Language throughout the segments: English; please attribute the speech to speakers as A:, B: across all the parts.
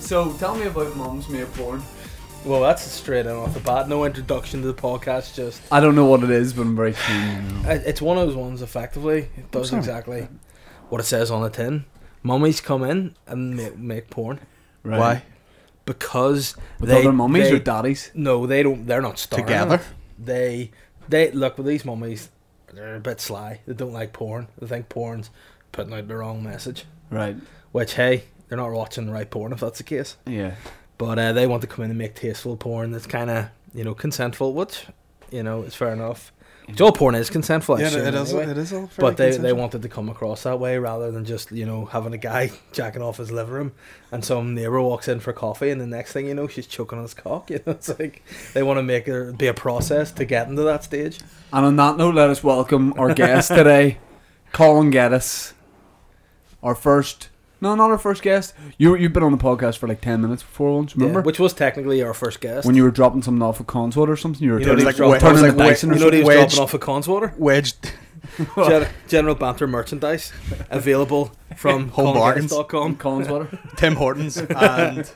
A: So tell me about Mum's Made Porn.
B: Well, that's straight in off the bat. No introduction to the podcast. Just
A: I don't know what it is, but I'm very keen.
B: it- it's one of those ones. Effectively, it does
A: sorry.
B: exactly what it says on the tin. Mummies come in and make, make porn
A: Right.
C: Why?
B: because
A: With
B: they
A: other mummies
B: they-
A: or daddies?
B: No, they don't. They're not starring in
C: Together?
B: it. They they look with these mummies. They're a bit sly. They don't like porn. They think porn's putting out the wrong message.
A: Right.
B: Which hey, they're not watching the right porn if that's the case.
A: Yeah.
B: But uh, they want to come in and make tasteful porn that's kind of you know consentful, which you know is fair enough. Which all porn is consentful, I
C: Yeah,
B: assume,
C: it is.
B: anyway.
C: It is all.
B: But they, they wanted to come across that way rather than just you know having a guy jacking off his living room and some neighbor walks in for coffee and the next thing you know she's choking on his cock. You know, it's like they want to make it be a process to get into that stage.
A: And on that note, let us welcome our guest today, Colin Geddes. Our first, no, not our first guest. You you've been on the podcast for like ten minutes before once. Remember
B: Yeah, which was technically our first guest.
A: when you were dropping something off a console or something? You were
B: You know,
A: doing
B: they
A: like
B: dropped-
A: turning
C: it was
A: the
C: like
A: dice in
B: you
A: or
B: know
A: something.
B: what he was
C: wedged-
B: dropping off of Conswater?
C: wedged.
B: Gen- General Banter merchandise available from
C: Home Bargains.
B: com.
A: Colin's water.
C: Tim Hortons, and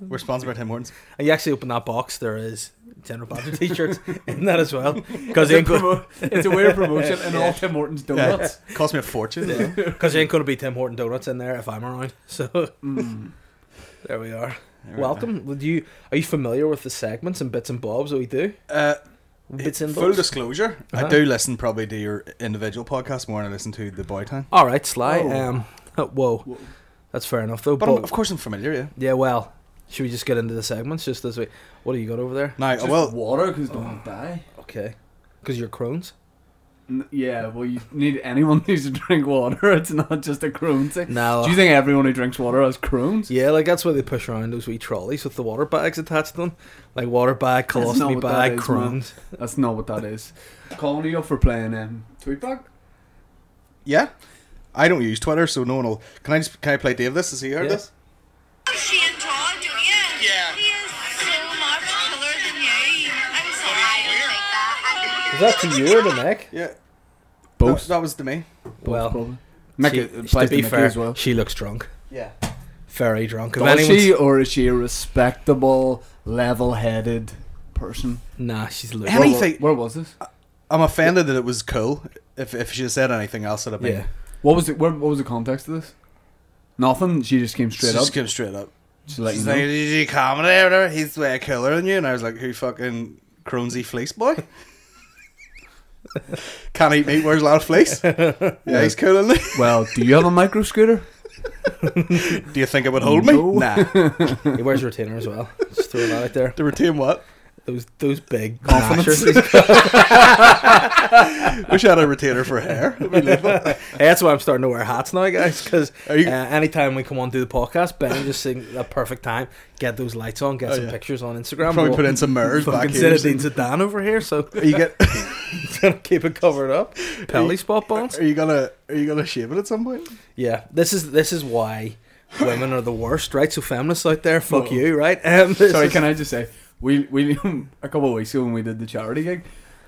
C: we're sponsored by Tim Hortons.
B: And you actually open that box, there is General Banter t-shirts in that as well. Because
A: It's a
B: ain't go-
A: promo- it's a weird promotion, and
B: Yeah.
A: all Tim Hortons
C: Yeah.
A: donuts.
C: Cost me a fortune.
B: Because ain't going to be Tim Horton Donuts in there if I'm around. So
A: Mm.
B: there we are. Welcome. Would you are you familiar with the segments and bits and bobs that we do?
C: Uh,
B: Bits and
C: full
B: bobs.
C: disclosure,
B: Uh-huh.
C: I do listen probably to your individual podcast more than I listen to the Boytown.
B: All right, Sly.
A: Whoa.
B: Um, whoa,
A: Whoa.
B: that's fair enough though.
C: But
B: But,
C: I'm, of course I'm familiar. Yeah.
B: yeah, well, should we just get into the segments just as we? What do you got over there?
C: Now,
A: Just
C: well,
A: water because don't die.
B: Okay, because you're Crohn's.
A: N- Yeah, well, you need anyone needs to drink water. It's not just a Crohn's thing.
B: No.
A: Do you think everyone who drinks water has Crohn's?
B: yeah, like that's why they push around those wee trolleys with the water bags attached to them, like water bag,
A: That's not
B: colostomy
A: what that
B: bag,
A: is, man.
B: Crohn's.
A: That's not what that is. Calling you up for playing um, Tweetback?
C: yeah. I don't use Twitter, so no one will. Can I just can I play Dave this? Has he heard
B: Yeah.
C: this?
D: Shane Todd, do you?
E: Yeah.
D: He is so much cooler than you. I'm sorry, I don't like that. I
B: Is
D: don't
B: that to you or the neck?
C: Yeah.
A: Both.
C: That, that was to me.
B: Well,
A: Probably. Mickey,
B: she-
A: it
B: to
A: applies to
B: be
A: Mickey
B: fair,
A: as well.
B: she looks drunk,
C: Yeah.
B: very drunk. If
A: Does she,
B: anyone's-
A: or is she a respectable, level-headed person?
B: Nah, she's
C: How
B: looking.
C: many-
A: Where, wa-
C: Anything-
A: where was this?
C: I'm offended that it was cool. If if she had said anything else, it'd have been
B: Yeah.
A: What was the, where, what was the context of this? Nothing. She just came
C: She
A: straight
C: just
A: up.
C: came straight up.
A: She's like,
C: She's
A: you know.
C: like, did you do comedy or whatever? He's way cooler than you. And I was like, who fucking Cronesy Fleece Boy? Can't eat meat, wears a lot of fleece. Yeah, he's cooler than me.
A: well, do you have a micro scooter?
C: Do you think it would hold me?
A: No.
C: Nah.
B: He wears a retainer as well. Just throwing that out there.
C: To retain what?
B: Those those big
A: Confidence.
B: gnashers. Hey,
C: Wish I had a retainer for hair. It'd be lovely.
B: that's why I'm starting to wear hats now, guys. Because uh,
C: Are you-
B: anytime we come on do the podcast, Ben just sing a perfect time. Get those lights on. Get
C: Oh,
B: some
C: yeah.
B: pictures on Instagram.
C: Probably
B: We'll
C: put in some mirrors back
B: Fucking
C: here.
B: Zinedine Zidane over here, so
C: Are you get?
B: keep it covered up. Pelly spot bonds.
C: Are you gonna? Are you gonna shave it at some point?
B: Yeah, this is this is why women are the worst, right? So feminists out there, fuck you, right? Um, this
A: Sorry,
B: is-
A: can I just say, we we a couple of weeks ago when we did the charity gig,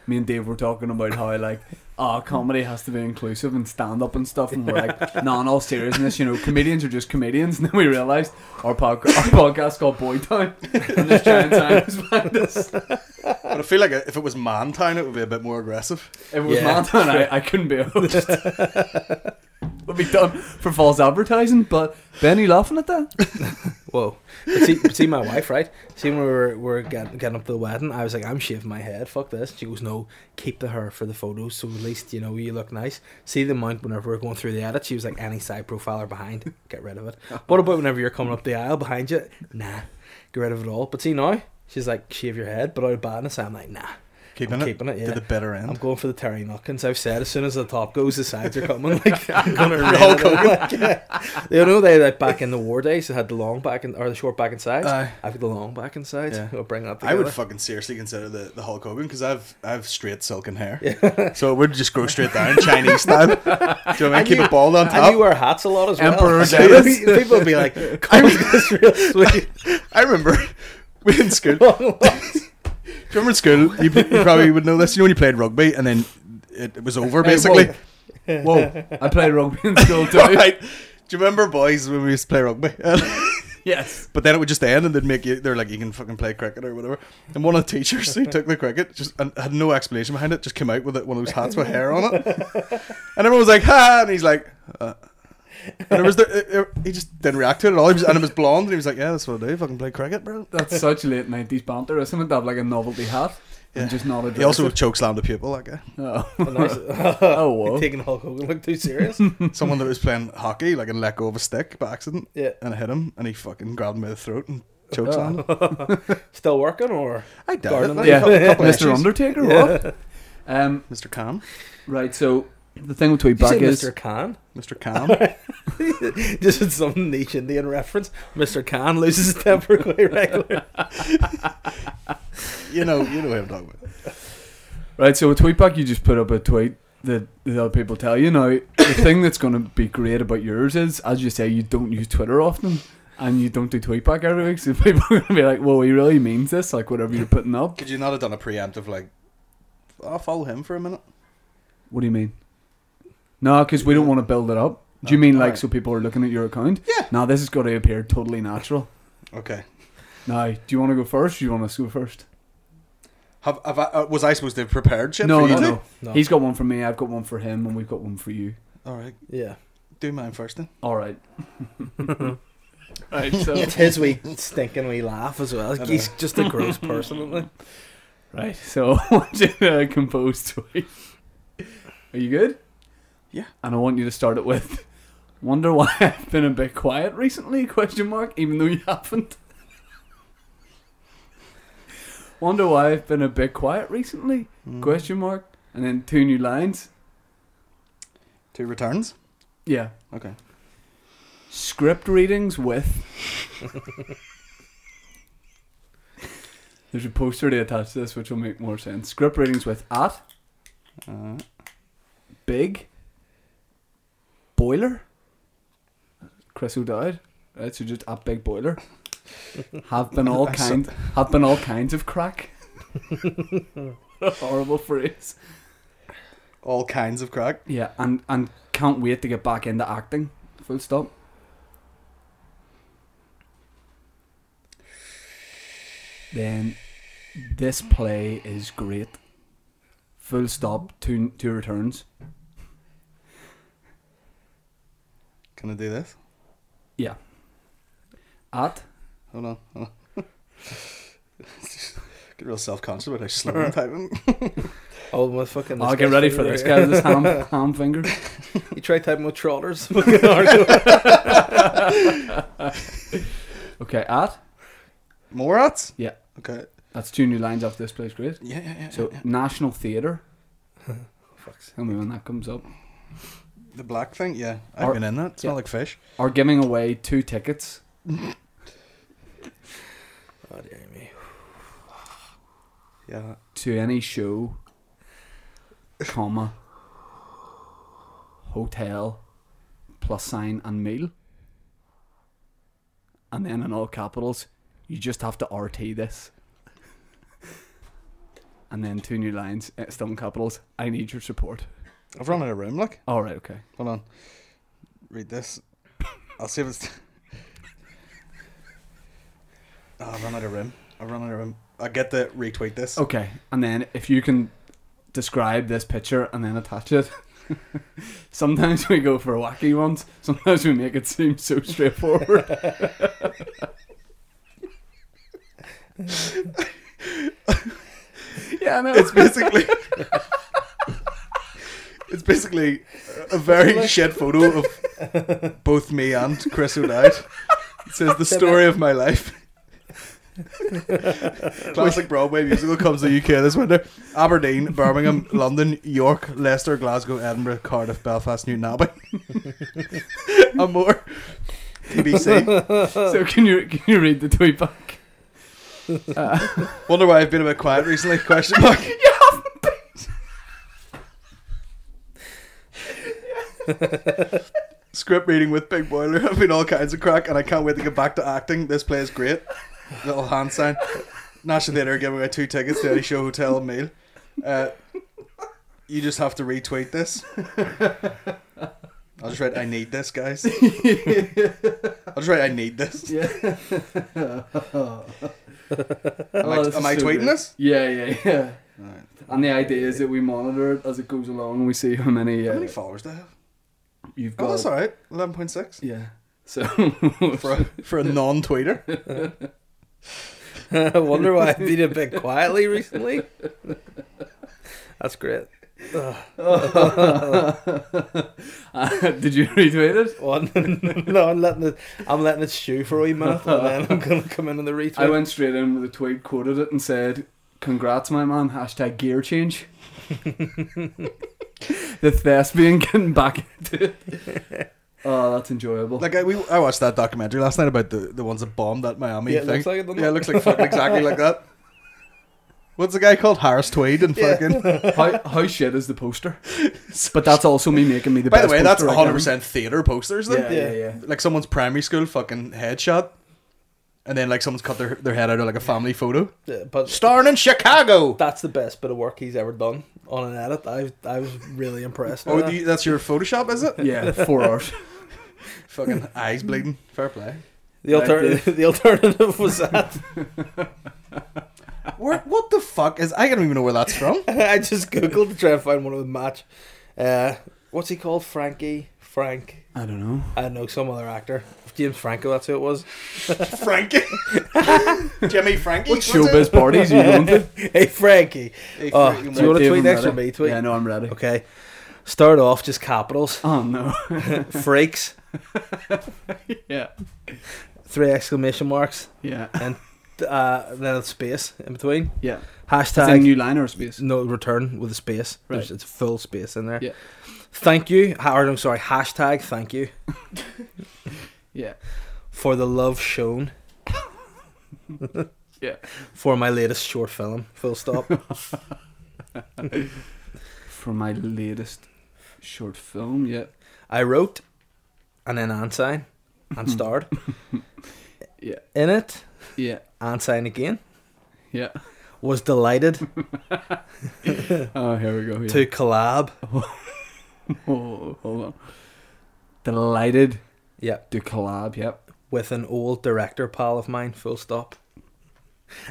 A: me and Dave were talking about how like, ah, comedy has to be inclusive and stand up and stuff, and we're like, no, in all seriousness, you know, comedians are just comedians, and then we realised our, podca- our podcast called Boy Town, and this giant sign was behind us.
C: But I feel like if it was Man Town, it would be a bit more aggressive.
A: If it was
B: Yeah.
A: yeah. Town, I, I couldn't be a host. Would be done for false advertising, but Ben, are you laughing at that?
B: Whoa. But see, but see my wife, right? See, when we were, we were getting, getting up to the wedding, I was like, I'm shaving my head, fuck this. She goes, No, keep the hair for the photos, so at least, you know, you look nice. See the amount whenever we're going through the edit, she was like, Any side profile or behind, get rid of it. What about whenever you're coming up the aisle behind you? Nah, get rid of it all. But see, now, she's like, Shave your head, but out of badness, I'm like, Nah.
C: Keeping
B: I'm
C: it.
B: keeping it, yeah.
C: To the bitter end.
B: I'm going for the Terry Nutkins. I've said as soon as the top goes, the sides are coming. Like I'm gonna
C: Hulk
B: rein it in. Like, yeah. You know they like back in the war days. They had the long back and or the short back and sides.
C: Aye.
B: I've got the long back and sides.
C: Yeah.
B: We'll bring that
C: I
B: together.
C: would fucking seriously consider the, the Hulk Hogan because I've I've straight silken hair, so it would just grow straight down Chinese style. Do you know what I mean? Keep it bald on
B: and you
C: top.
B: wear hats a lot as
A: Emperor
B: well.
A: Dennis.
B: People would be like, "Come this real sweet."
C: I remember we in school. Do you remember in school? You, you probably would know this. You know when you played rugby and then it, it was over
A: Hey,
C: basically.
A: Whoa, I played rugby in school too.
C: Right. Do you remember boys when we used to play rugby?
A: Yes.
C: But then it would just end, and they'd make you. They're like, you can fucking play cricket or whatever. And one of the teachers who took the cricket just and had no explanation behind it. Just came out with it, one of those hats with hair on it, and everyone was like, "Ha!" And he's like, uh. and it was the, it- it- he just didn't react to it at all. He was, and it was blonde, and he was like, "Yeah, that's what I do. Fucking play cricket, bro."
A: That's such late nineties banter, isn't it? To have like a novelty hat and
C: Yeah.
A: just not address
C: He also
A: it.
C: choke slammed a pupil, that guy.
A: Oh.
B: oh,
A: whoa.
B: Taking Hulk Hogan look too serious.
C: Someone that was playing hockey, like, and let go of a stick by accident,
B: Yeah.
C: and I hit him, and he fucking grabbed me by the throat and choke slammed. him.
B: Still working or?
C: I doubt
B: Garden
C: it. like,
A: yeah,
C: a couple- couple
A: Mr.
C: inches.
A: Undertaker. What? Um,
C: Mr. Cam,
A: right. So the thing with Tweet
B: Did you
A: Back
B: say
A: is
B: Mr. Khan?
C: Mr. Cam.
B: Just with some niche Indian reference. Mr. Khan loses his temper quite regularly.
C: you know, you know who I'm talking about.
A: right. So with Tweet Back, you just put up a tweet that the other people tell you. Now the thing that's going to be great about yours is, as you say, you don't use Twitter often. And you don't do tweet back every week, so people are gonna be like, "Well, he really means this." Like whatever you're putting up.
C: Could you not have done a preemptive like? I'll follow him for a minute.
A: What do you mean? No, because we don't want to build it up. Do you
C: No,
A: mean like
C: alright.
A: so people are looking at your account?
C: Yeah.
A: No, this has got to appear totally natural.
C: Okay.
A: Now, do you want to go first? Or do you want us to go first?
C: Have, have I, uh, was I supposed to have prepared shit?
A: no,
C: for you
A: no,
C: two?
A: no,
B: No.
A: He's got one for me. I've got one for him, and we've got one for you.
C: All right,
B: Yeah.
C: do mine first then.
A: All right. right. So
B: It's his wee stinking wee laugh as well.
C: know.
B: He's just a gross person. isn't he?
A: right. So I want you to compose tweet. Are you good?
C: Yeah.
A: And I want you to start it with. Wonder why I've been a bit quiet recently? Question mark. Even though you haven't. Wonder why I've been a bit quiet recently?
C: Hmm.
A: Question mark. And then two new lines.
C: Two returns.
A: Yeah.
C: Okay.
A: Script readings with. There's a poster to attach to this, which will make more sense. Script readings with at
C: Uh,
A: big boiler. Chris O'Dowd, right? So just at big boiler. Have been all
C: I saw-
A: kind. Have been all kinds of crack. Horrible phrase.
C: all kinds of crack.
A: Yeah, and and can't wait to get back into acting. Full stop. Then this play is great. Full stop. Two two returns.
C: Can I do this?
A: Yeah. At
C: Hold on. Hold on. Get real self-conscious about how slow I'm typing.
B: Oh, my fucking.
A: I'll get ready for this guy with his ham, ham finger.
B: You try typing with trotters.
A: Okay, at
C: More ads?
A: yeah,
C: Okay.
A: that's two new lines off this place. Great.
C: Yeah, yeah, yeah.
A: So
C: yeah.
A: National Theatre. Tell me when that comes up.
C: the black thing. Yeah, I've
A: Or-
C: been in that. Smell
A: yeah.
C: like fish.
A: Are giving away two tickets.
B: oh, dear me.
C: Yeah.
A: to any show, comma, hotel, plus sign and meal. And then in all capitals, you just have to RT this. And then two new lines, eh, still in capitals. I need your support.
C: I've run out of room. Look.
A: All right, okay.
C: Hold on. Read this. I'll see if it's. oh, I've run out of room. I've run out of room. I get the retweet this.
A: Okay, and then if you can describe this picture and then attach it. Sometimes we go for wacky ones. Sometimes we make it seem so straightforward. yeah, I know.
C: It's basically. it's basically a very shit photo of both me and Chris O'Dowd. It says the story of my life. Classic Broadway musical comes to the UK this winter. Aberdeen, Birmingham, London, York, Leicester, Glasgow, Edinburgh, Cardiff, Belfast, Newton Abbey, and more. BBC.
A: so can you can you read the tweet back?
C: Wonder why I've been a bit quiet recently? Question mark. Script reading with Big Boiler. I've been all kinds of crack, and I can't wait to get back to acting. This play is great. Little hand sign. National Theatre giving away two tickets to any show, hotel, and meal. Uh, you just have to retweet this. I'll just write, I need this, guys. I'll just write, I need this.
A: Yeah.
C: Am I,
A: Oh, this
C: am
A: is
C: I
A: so
C: tweeting
A: good.
C: this?
A: Yeah, yeah, yeah.
C: Alright.
A: And the idea is that we monitor it as it goes along and we see how many, uh,
C: How many followers do I have?
A: you've got.
C: Oh, that's alright. 11.6.
A: Yeah. So
C: For a, for a non tweeter.
B: I wonder why I've been a bit quietly recently. That's great.
A: Uh, did you retweet it?
B: One, no, I'm letting it. I'm letting it stew for a wee minute, and then I'm gonna come in on the retweet.
A: I went straight in with a tweet, quoted it, and said, "Congrats, my man." Hashtag gear change. the thespian getting back into it. Oh, that's enjoyable.
C: Like, I, we, I watched that documentary last night about the, the ones that bombed that Miami
B: Yeah, it
C: thing.
B: looks like it, doesn't
C: yeah,
B: it?
C: it looks like fucking exactly like that. What's the guy called? Harris Tweed and
B: Yeah.
C: fucking.
A: how, how shit is the poster? But that's also me making me the
C: By the
A: best
C: way, that's
A: poster I can.
C: 100% theatre posters then.
A: Yeah, yeah, yeah.
C: like someone's primary school fucking headshot, and then like someone's cut their, their head out of like a family photo.
B: Yeah, but
C: Starring in Chicago.
B: that's the best bit of work he's ever done on an edit. I I was really impressed.
C: Oh,
B: with that.
C: the, that's your Photoshop, is it?
A: Yeah, four hours.
C: fucking eyes bleeding. Fair play.
B: the alternative. The alternative was that.
C: Where, what the fuck is? I don't even know where that's from.
B: I just googled to try and find one of the match. Uh, what's he called? Frankie Frank.
A: I don't know.
B: I don't know some other actor. James Franco. That's who it was.
C: Frankie, Jimmy Frankie.
A: What showbiz parties are you going to?
B: hey Frankie.
C: Hey,
B: Oh,
C: Frankie,
B: do you want
A: Dave,
B: to tweet
A: I'm
B: next or
A: ready.
B: me? Tweet.
A: Yeah, no, I'm ready.
B: Okay. Start off just capitals.
A: Oh no.
B: Freaks.
A: yeah.
B: Three exclamation marks.
A: Yeah.
B: And uh, then a space in between.
A: Yeah. It's a
B: Hashtag
A: new liner space.
B: no return with a space.
A: Right.
B: There's, it's a full space in there.
A: Yeah.
B: Thank you. ha- Or, I'm sorry. Hashtag thank you
A: Yeah.
B: for the love shown
A: Yeah.
B: for my latest short film. Full stop.
A: For my latest short film, yeah.
B: I wrote and then and sign and starred
A: Yeah.
B: in it
A: Yeah.
B: and sign again.
A: Yeah.
B: Was delighted
A: Oh, here we go. Yeah.
B: to collab.
A: Oh, hold on. Delighted
B: Yeah.
A: to collab, yep.
B: with an old director pal of mine, full stop.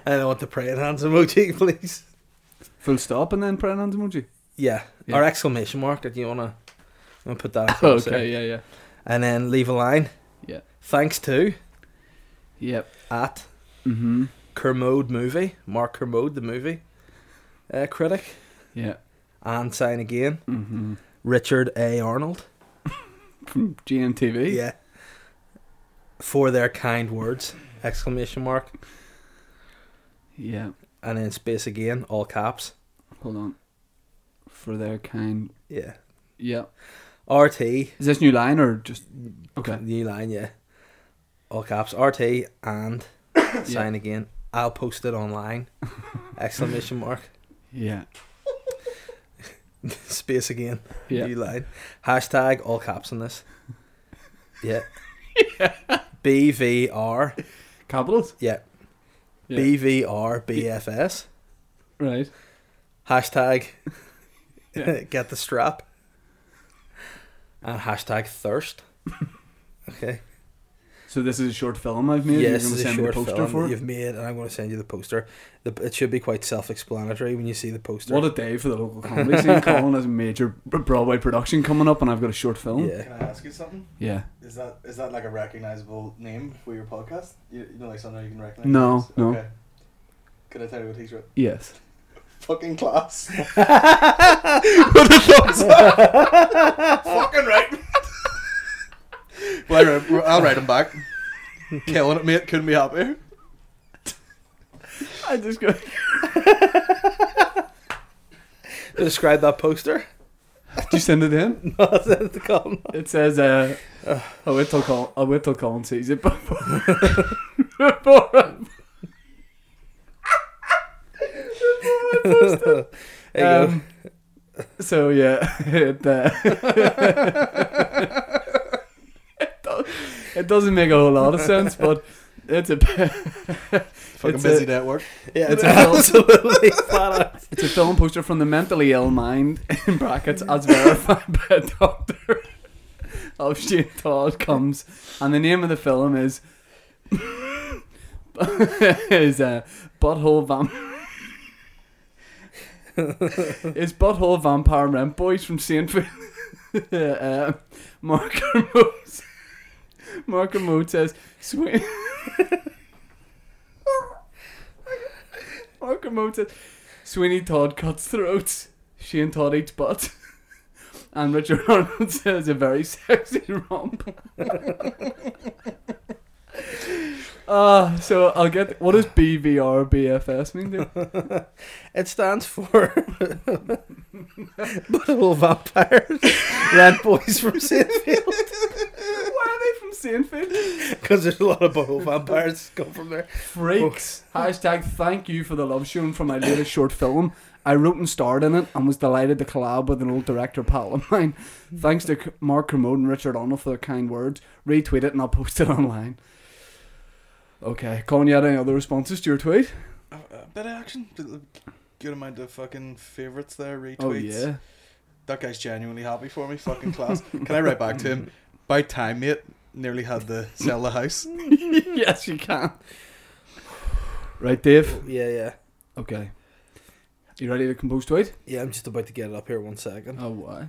B: And I want the praying hands emoji, please.
A: Full stop and then praying hands emoji.
B: Yeah.
A: Yeah.
B: Or exclamation mark, did you wanna, you wanna put that across there?
A: Oh, Okay, yeah, yeah.
B: And then leave a line.
A: Yeah.
B: Thanks to
A: Yep.
B: at
A: Mm-hmm.
B: Kermode Movie, Mark Kermode the movie uh, critic.
A: Yeah.
B: And sign again.
A: Mm-hmm.
B: Richard A. Arnold.
A: From GMTV.
B: Yeah. For their kind words. Exclamation mark.
A: Yeah.
B: And then space again, all caps.
A: Hold on. For their kind.
B: Yeah.
A: Yeah.
B: RT
A: Is this new line or just okay?
B: New line, yeah. All caps. RT and sign again. I'll post it online. Exclamation mark.
A: Yeah.
B: Space again.
A: Yeah.
B: New line. Hashtag all caps on this. Yeah. BVR.
A: Capitals.
B: Yeah.
A: Yeah.
B: BVR BFS.
A: Right.
B: Hashtag
A: Yeah.
B: get the strap. And hashtag thirst. Okay.
A: So this is a short film I've made.
B: Yes,
A: You're going
B: it's a
A: to send me the
B: short
A: poster
B: film
A: for
B: that
A: it.
B: you've made, and I'm going to send you the poster. The, it should be quite self-explanatory when you see the poster.
A: What a day for the local comedy scene. Colin has a major Broadway production coming up, and I've got a short film.
B: yeah,
C: I ask you something?
A: Yeah.
C: Is that is that like a recognizable name for your podcast? You, you know, like something you can recognize.
A: No, no. Okay.
C: Can I tell you what he's wrote?
A: Yes.
C: Fucking class. With the thumbs up. Fucking right. well, I wrote- I'll write him back. Killing it, mate. Couldn't be happier.
A: I just go.
B: describe that poster.
A: Did you send it in?
B: That's the column.
A: It says, uh, I wait till Colin, I wait till Colin sees it before. before I-
B: there you go.
A: Um, so yeah, it, uh, it, do- it doesn't make a whole lot of sense, but it's a
C: Fucking
A: It's
C: busy
A: a-
C: day at work.
B: Yeah,
A: it's
B: it's
A: a-
B: absolutely flat out.
A: it's a film poster from the mentally ill mind in brackets as verified by a doctor. of Shane Todd comes, and the name of the film is is uh, Butthole Vamp. is Butthole Vampire Rent Boys from Saint Fe- uh, Mark Kermode Mark Kermode says Swing Mark Kermode says Sweeney Todd cuts throats Shane Todd eats butt and Richard Arnold says a very sexy romp. Ah, so I'll get what does BVR BFS mean? Dude?
B: It stands for Butthole Vampires, Red Boys from Sinfield.
A: Why are they from Sanfield?
B: Because there's a lot of Butthole Vampires come from there.
A: Freaks. Hashtag thank you for the love shown for my latest short film. I wrote and starred in it and was delighted to collab with an old director pal of mine. Thanks to C- Mark Kermode and Richard Arnold for their kind words. Retweet it and I'll post it online. Okay, Colin, you had any other responses to your tweet?
C: A a Uh, bit of action. Good amount of fucking favorites there, retweets.
A: Oh yeah.
C: That guy's genuinely happy for me. Fucking class. Can I write back to him? By time, mate. Nearly had to sell the house.
A: yes, you can. Right, Dave.
B: Yeah, yeah.
A: Okay. You ready to compose to it?
B: Yeah, I'm just about to get it up here one second.
A: Oh, why?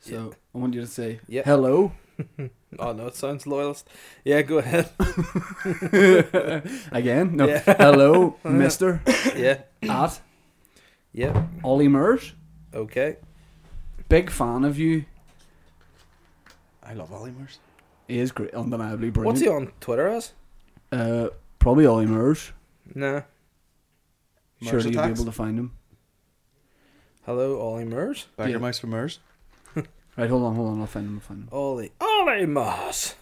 A: So
B: Yeah.
A: I want you to say
B: Yeah.
A: hello.
B: Oh, no, it sounds loyalist. Yeah, go ahead.
A: Again, no. Hello, Mister
B: yeah,
A: at
B: yeah.
A: Ollie Murs.
B: Okay.
A: Big fan of you.
C: I love Ollymers.
A: He is great, undeniably brilliant.
B: What's he on Twitter as?
A: Uh, probably Ollie Murs.
B: Nah.
C: Murs
A: Surely you'll be
C: attacks.
A: able to find him.
B: Hello, Ollie Murs.
C: Back
A: Yeah.
C: your mouse from Murs.
A: Right, hold on, hold on. I'll find him. I'll find him.
B: Ollie. Ollie Murs.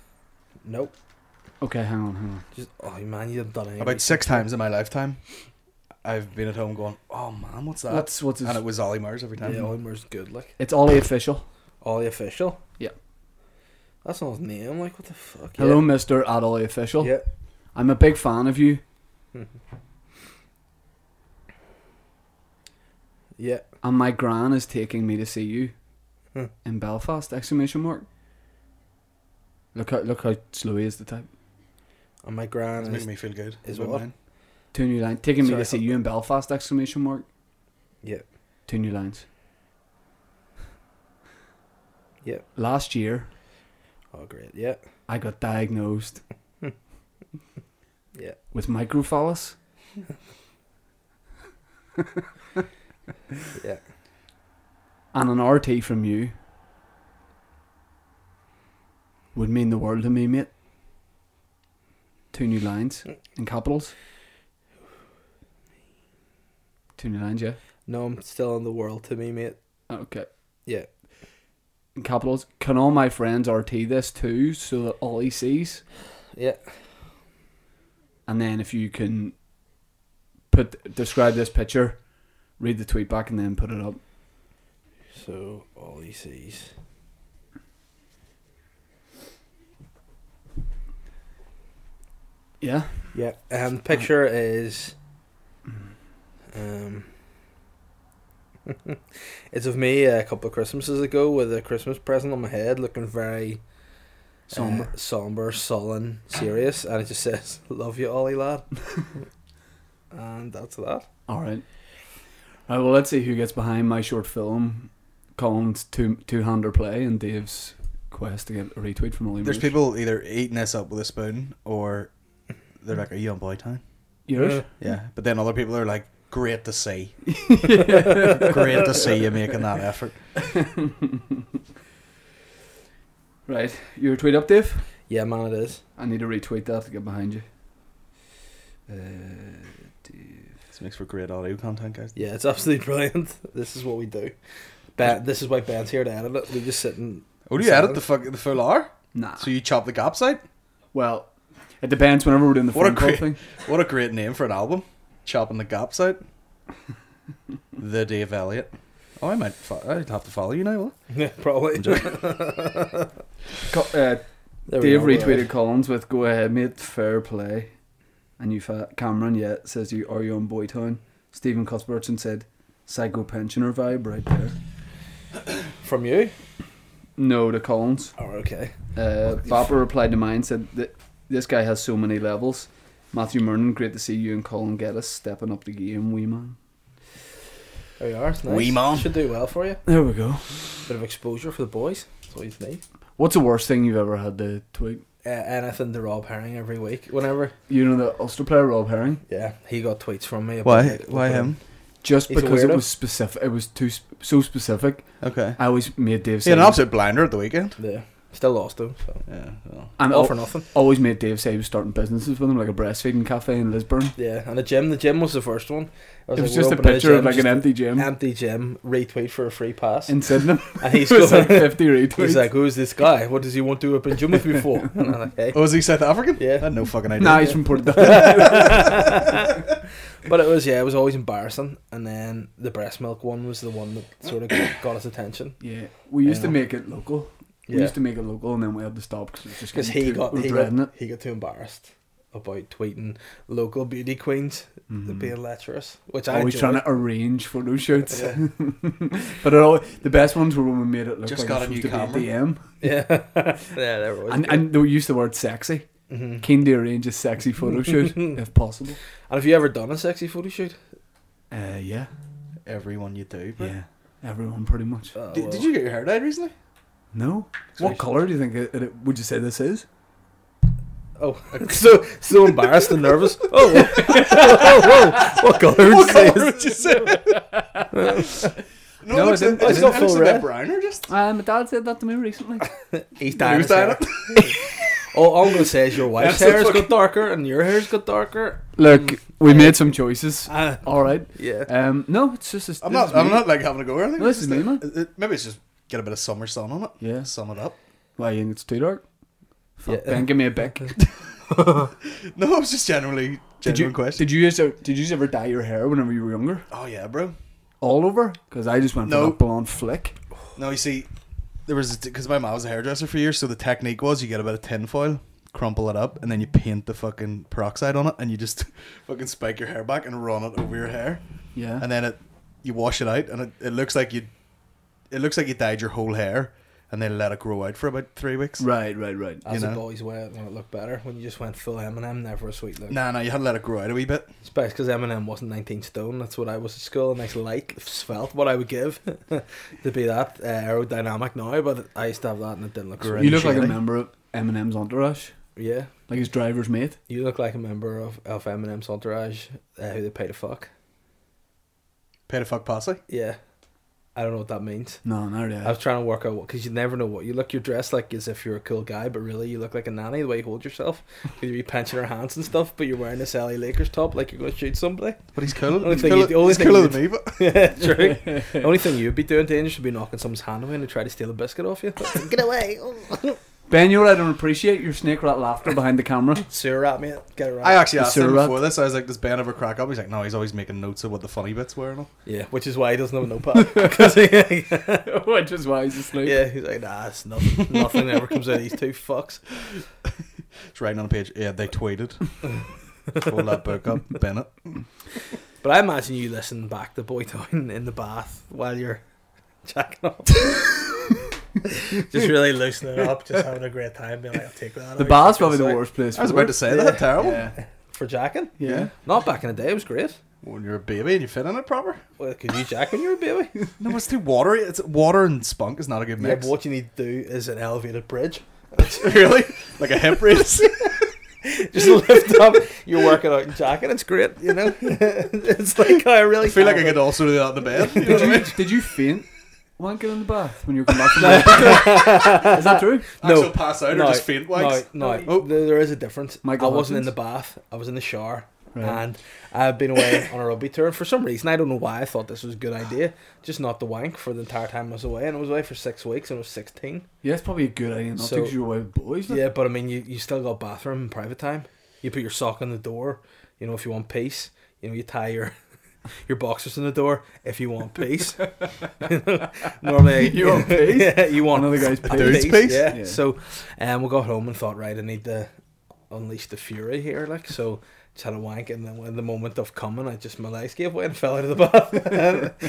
B: Nope.
A: Okay, hang on, hang on.
B: Just, oh, man, you haven't done anything.
C: About six times in my lifetime, I've been at home going, "Oh man, what's that?"
A: What's what's his?
C: and it was Ollie Murs every time.
B: Yeah, Ollie Murs is good, like.
A: It's Ollie official.
B: Ollie Official.
A: Yeah.
B: That's not his name, like, what the fuck?
A: Hello, Mister at Ollie official.
B: Yeah.
A: I'm a big fan of you.
B: Yeah.
A: and my gran is taking me to see you
B: Hmm.
A: in Belfast! Exclamation mark. Look how look how slow he is the type.
B: And my
C: It's
B: gran
C: making
B: is.
C: me feel good.
B: is
C: about
B: what?
C: mine.
A: Two new lines. Taking me
B: Sorry,
A: to see you in Belfast! Exclamation mark.
B: Yeah.
A: Two new lines.
B: Yeah.
A: Last year,
B: Oh, great. Yeah.
A: I got diagnosed
B: Yeah.
A: with microphallus.
B: Yeah.
A: and an RT from you would mean the world to me, mate. Two new lines in capitals. Two new lines, yeah.
B: No, I'm still in the world to me, mate.
A: Okay.
B: Yeah.
A: In capitals. Can all my friends RT this too so that all he sees?
B: Yeah.
A: And then if you can put describe this picture, read the tweet back and then put it up.
B: So, all he sees.
A: Yeah.
B: Yeah. And um, picture is. Um. it's of me a couple of Christmases ago with a Christmas present on my head, looking very
A: Somber.
B: uh, somber, sullen, serious, and it just says "Love you, Ollie lad," and that's that.
A: All right. All right. Well, let's see who gets behind my short film, Colin's two two hander play, and Dave's quest to get a retweet from Ollie.
C: There's
A: Murs.
C: people either eating this up with a spoon or they're like, "Are you on boy time?"
A: Yours.
C: Yeah, but then other people are like, "Great to see, uh, great to see you making that effort."
A: Right. Your tweet up, Dave.
B: Yeah, man, it is.
A: I need to retweet that to get behind you.
B: Uh,
C: This makes for great audio content, guys.
B: Yeah, it's absolutely brilliant. This is what we do. Ben, this is why Ben's here to edit it. We just sit and
C: Oh, do you edit the fuck the full hour?
A: Nah.
C: So you chop the gaps out?
A: well, it depends. Whenever we're doing the
C: What a
A: phone call
C: great-
A: thing.
C: What a great name for an album, chopping the gaps out. the Dave Elliott. Oh, I might. Fo- I'd have to follow you now. will I?
B: Yeah, probably.
A: Co- uh,
B: There we
A: Dave
B: go, we're
A: retweeted Collins with "Go ahead, mate. Fair play." And you, fa- Cameron, yeah, says you are you on Boytown. Stephen Cuthbertson said, "Psycho pensioner vibe right there."
B: out. From you?
A: No, to Collins.
B: Oh, okay.
A: Uh, Bopper replied to mine said that this guy has so many levels. Matthew Murnan, great to see you and Colin Geddes stepping up the game, wee man.
B: There you are. It's nice.
C: Wee man.
B: Should do well for you.
A: There we go.
B: Bit of exposure for the boys. That's all you need.
A: What's the worst thing you've ever had to tweet?
B: Uh, anything to Rob Herring every week. Whenever.
A: You know the Ulster player Rob Herring.
B: Yeah, he got tweets from me. about
C: Why?
B: it.
C: Why him?
A: Just
B: He's a
A: because it
B: weirdo.
A: was specific, it was too sp- so specific.
C: Okay.
A: I always made Dave
C: He had an
A: Saves.
C: absolute blinder at the weekend.
B: Yeah. Still lost him. So.
C: Yeah. Well.
A: and oh.
B: all
A: al-
B: for nothing.
A: always made Dave say he was starting businesses with him, like a breastfeeding cafe in Lisburn.
B: Yeah, and the gym. The gym was the first one.
A: It was
B: like,
A: just
B: we're
A: a
B: opening
A: picture of
B: gym,
A: like an
B: just
A: empty gym
B: empty gym. Retweet for a free pass.
A: in Sydney.
B: and he's
A: It was like
B: going.
A: 50 retweets.
B: He's like, who's this guy? What does he want to have been gym with me for? And I'm like, hey.
C: Oh, is he South African?
B: Yeah.
C: I had no fucking idea.
A: nah, he's from Port Douglas.
B: But it was yeah, it was always embarrassing. And then the breast milk one was the one that sort of got, got his attention
A: Yeah, we used to
B: Yeah.
A: make it local. We
B: Yeah.
A: used to make it local, and then we had to stop because it was just
B: because
A: getting
B: he
A: too-
B: got
A: we were
B: he
A: dreading
B: got, he got too embarrassed about tweeting local beauty queens
C: Mm-hmm.
A: Mhm.
B: being lecherous,
C: Oh,
B: which I
A: Always
B: enjoyed.
A: trying to arrange photo shoots, but it all, the best ones were when we made it look
C: Just
A: like
C: got
A: it
C: a
A: was
C: new
A: supposed to be a DM,
B: yeah, yeah, there was.
A: and and they used the word sexy.
B: Mhm.
A: Keen to arrange a sexy photo shoot if possible.
B: And have you ever done a sexy photo shoot?
A: Uh, yeah,
C: Everyone you do. But...
A: yeah, everyone pretty much.
B: Oh,
C: Did,
B: well.
C: did you get your hair dyed recently?
A: No, what color do you think it, it, would you say this is?
B: Oh, so so embarrassed and nervous. Oh, whoa, whoa, whoa. what color would you say? is-
C: would you say? no,
A: No,
C: it looks,
A: it
C: it,
A: didn't- it
C: looks, it
B: didn't.
C: looks a
B: Red.
C: bit browner just.
A: Uh, my dad said that to me recently.
B: He's
C: He
B: dying.
C: was
B: his hair.
C: dying up.
B: All all I'm gonna say is your wife's
C: That's the
B: hair's
C: fucking-
B: got darker and your hair's got darker.
A: Look, we made some choices.
C: Ah.
B: Uh,
A: All right.
B: yeah.
A: Um, no, it's just. it's-
C: I'm
A: this is
C: not. I'm
A: me.
C: not like having a go or anything.
A: No, this is
C: Just,
A: me, man.
C: uh, it- Maybe it's just get a bit of summer sun on it.
A: Yeah.
C: Sum it up.
A: Why you think it's too dark? Fuck,
B: Yeah.
A: Ben, give me a beck.
C: No, it's just generally
A: Did
C: genuine
A: you
C: question.
A: did you use, did you ever dye your hair whenever you were younger?
C: oh yeah, bro.
A: All over? Because I just went
C: No.
A: for that blonde flick.
C: No, you see, there was because my mom was a hairdresser for years, so the technique was you get a bit of tin foil, crumple it up, and then you paint the fucking peroxide on it, and you just fucking spike your hair back and run it over your hair,
A: Yeah.
C: and then it you wash it out, and it, it looks like you, it looks like you dyed your whole hair, and then let it grow out for about three weeks.
A: right, right, right.
B: As
C: You
B: a
C: know?
B: boy's way, it might look better when you just went full Eminem there for a sweet look.
C: Nah, nah, you had to let it grow out a wee bit.
B: Especially because Eminem wasn't 19 stone. That's what I was at school, and I like svelte what I would give to be that uh, aerodynamic now. But I used to have that, and it didn't look
C: Great.
B: great.
A: Uh, you look like a
C: shady.
A: member of Eminem's entourage,
B: Yeah,
A: like his driver's mate.
B: you look like a member of, of Eminem's entourage uh, who they pay to fuck.
C: Pay to fuck posse.
B: Yeah, I don't know what that means.
A: No, not really.
B: I was trying to work out what because you never know what you look. You're dressed like as if you're a cool guy, but really you look like a nanny the way you hold yourself. You'd be pinching her hands and stuff, but you're wearing this LA Lakers top like you're going to shoot somebody.
C: But he's cool.
B: Only
C: He's
B: thing
C: cooler,
B: you- only
C: he's
B: thing
C: cooler
B: you-
C: than me. But
B: Yeah, true. the only thing you'd be doing, Daniel, should be knocking someone's hand away and they try to steal a biscuit off you. Get away! Oh.
A: ben, you know what I don't appreciate your snake rat laughter behind the camera.
B: Sewer rat, mate. Get it right.
C: I actually asked
A: Sir
C: him
A: Rat.
C: before this. I was like, "Does Ben ever crack up?" He's like, "No, he's always making notes of what the funny bits were." And all.
B: yeah, which is why he doesn't have a notepad. 'Cause he-
A: Which is why he's asleep.
B: yeah, he's like, nah, it's nothing. Nothing ever comes out of these two fucks.
C: It's writing on a page. Yeah, they tweeted. Pull that book up, Bennett.
B: But I imagine you listen back to Boytown in the bath while you're jacking off. just really loosening it up, just having a great time. Being like, I'll take that.
A: The
B: out,
A: bar's probably
B: fucking
A: the
B: sick.
A: worst place.
C: I was
A: for
C: about to
A: it.
C: say that. Terrible.
A: Yeah.
B: for jacking.
A: Yeah.
C: Yeah.
B: Not back in the day. It was great.
C: When you're a baby and you fit in it proper.
B: Well, could you jack when you were a baby?
C: No, it's too watery. It's water and spunk is not a good
B: Yeah,
C: mix.
B: but what you need to do is an elevated bridge.
C: really? Like a hip race?
B: Just lift up. You're working out in jacket. It's great, you know. it's like I really
C: I feel like I could also do that in the bed. You know
A: Did
C: what I mean?
A: you did you faint? Wanking in the bath when you come back from the Is that true?
C: Actual pass out or
B: no,
C: just faint wags?
B: No, no.
C: Oh.
B: There, there is a difference.
A: Michael
B: I wasn't in
A: Hutchins?
B: the bath. I was in the shower,
A: Right.
B: and I've been away on a rugby tour. And for some reason, I don't know why I thought this was a good idea. Just not the wank for the entire time I was away, and I was away for six weeks, and I was sixteen.
A: Yeah, it's probably a good idea not
B: So-
A: to 'cause you're away with boys. like.
B: Yeah, but I mean, you, you still got bathroom and private time. You put your sock on the door. You know, if you want peace, you know, you tie your your boxers on the door if you want peace. Normally,
A: You want peace?
B: Yeah, you want
A: Another guy's
B: a
A: peace.
C: Dude's peace?
B: Yeah.
A: Yeah.
B: So, um, we got home and thought, right, I need to unleash the fury here, like so. Just had a wank, and then in the moment of coming, I just my legs gave way and fell out of the bath.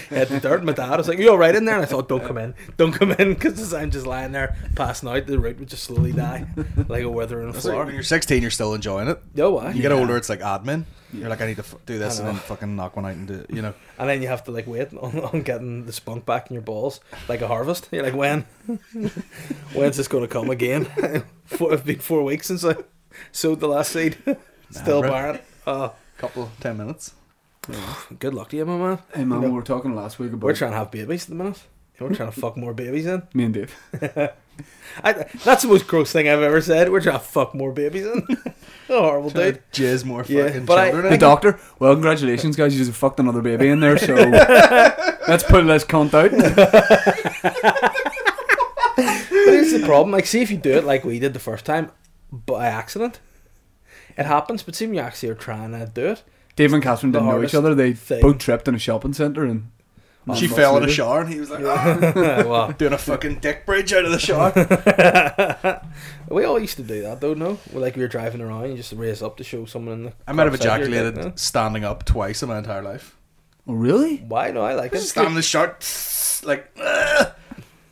B: Hit the dirt. My dad was like, "You all right in there?" And I thought, "Don't come in, don't come in," because I'm just lying there passing out. The root would just slowly die, like a withering
C: That's like, when
B: flower.
C: you're 16, you're still enjoying it.
B: No, I.
C: You get older, it's like admin. You're like, I need to f- do this
B: I
C: and then
B: know.
C: fucking knock one out and do it, you know.
B: And then you have to like wait on, on getting the spunk back in your balls, like a harvest. You're like, when? When's this going to come again? four, it's been four weeks since I sowed the last seed. Still
C: bro.
B: barren. Oh,
C: Couple, ten minutes.
B: good luck to you, my man.
A: Hey man, we were talking last week about
B: We're trying to have babies at the minute. We're trying to fuck more babies in.
A: me and Dave.
B: I, that's the most gross thing I've ever said. We're trying to fuck more babies in. oh, horrible
C: Trying
B: dude.
C: to Jizz more fucking
B: Yeah, but I-
C: children.
A: The
C: in.
A: doctor. Well, congratulations, guys. You just fucked another baby in there, so let's put this cunt out.
B: But here's the problem. Like, see if you do it like we did the first time, by accident. It happens, but see when you actually are trying to do it.
A: Dave and Catherine
B: The
A: didn't know each
B: hardest
A: other. They
B: thing.
A: both tripped in a shopping centre and
C: she
A: months
C: fell in a
A: later-
C: shower and he was like, "Ah,"
B: well,
C: doing a fucking dick bridge out of the shower.
B: We all used to do that though, no? Well, like we were driving around, you just raise up to show someone in the.
C: I might have
B: crop side of your dick,
C: ejaculated standing up twice in my entire life.
A: Oh, really?
B: no? Why no? I like
C: Just
B: it.
C: stand in the shower, like, "Ugh,"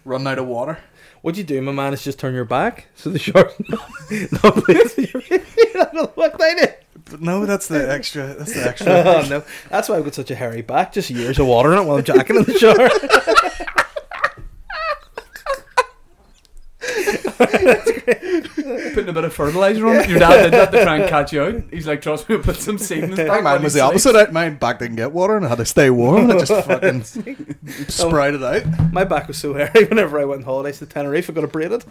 C: running out of water.
B: What you do, my man, is just turn your back so the shark. no, please. You're not gonna look like it.
C: But no, that's the extra. That's the extra.
B: Oh no, that's why I've got such a hairy back. Just years of water in it while I'm jacking in the shower.
A: Putting a bit of fertiliser on it. Your dad did that to try and catch you out. He's like, trust me, we'll put some semen. in his
C: My
A: back
C: mine
A: when
C: was
A: he
C: the
A: sleeps."
C: opposite. I- My back didn't get water and I had to stay warm and it just fucking sprouted out.
B: My back was so hairy whenever I went on holidays to Tenerife. I got it braided.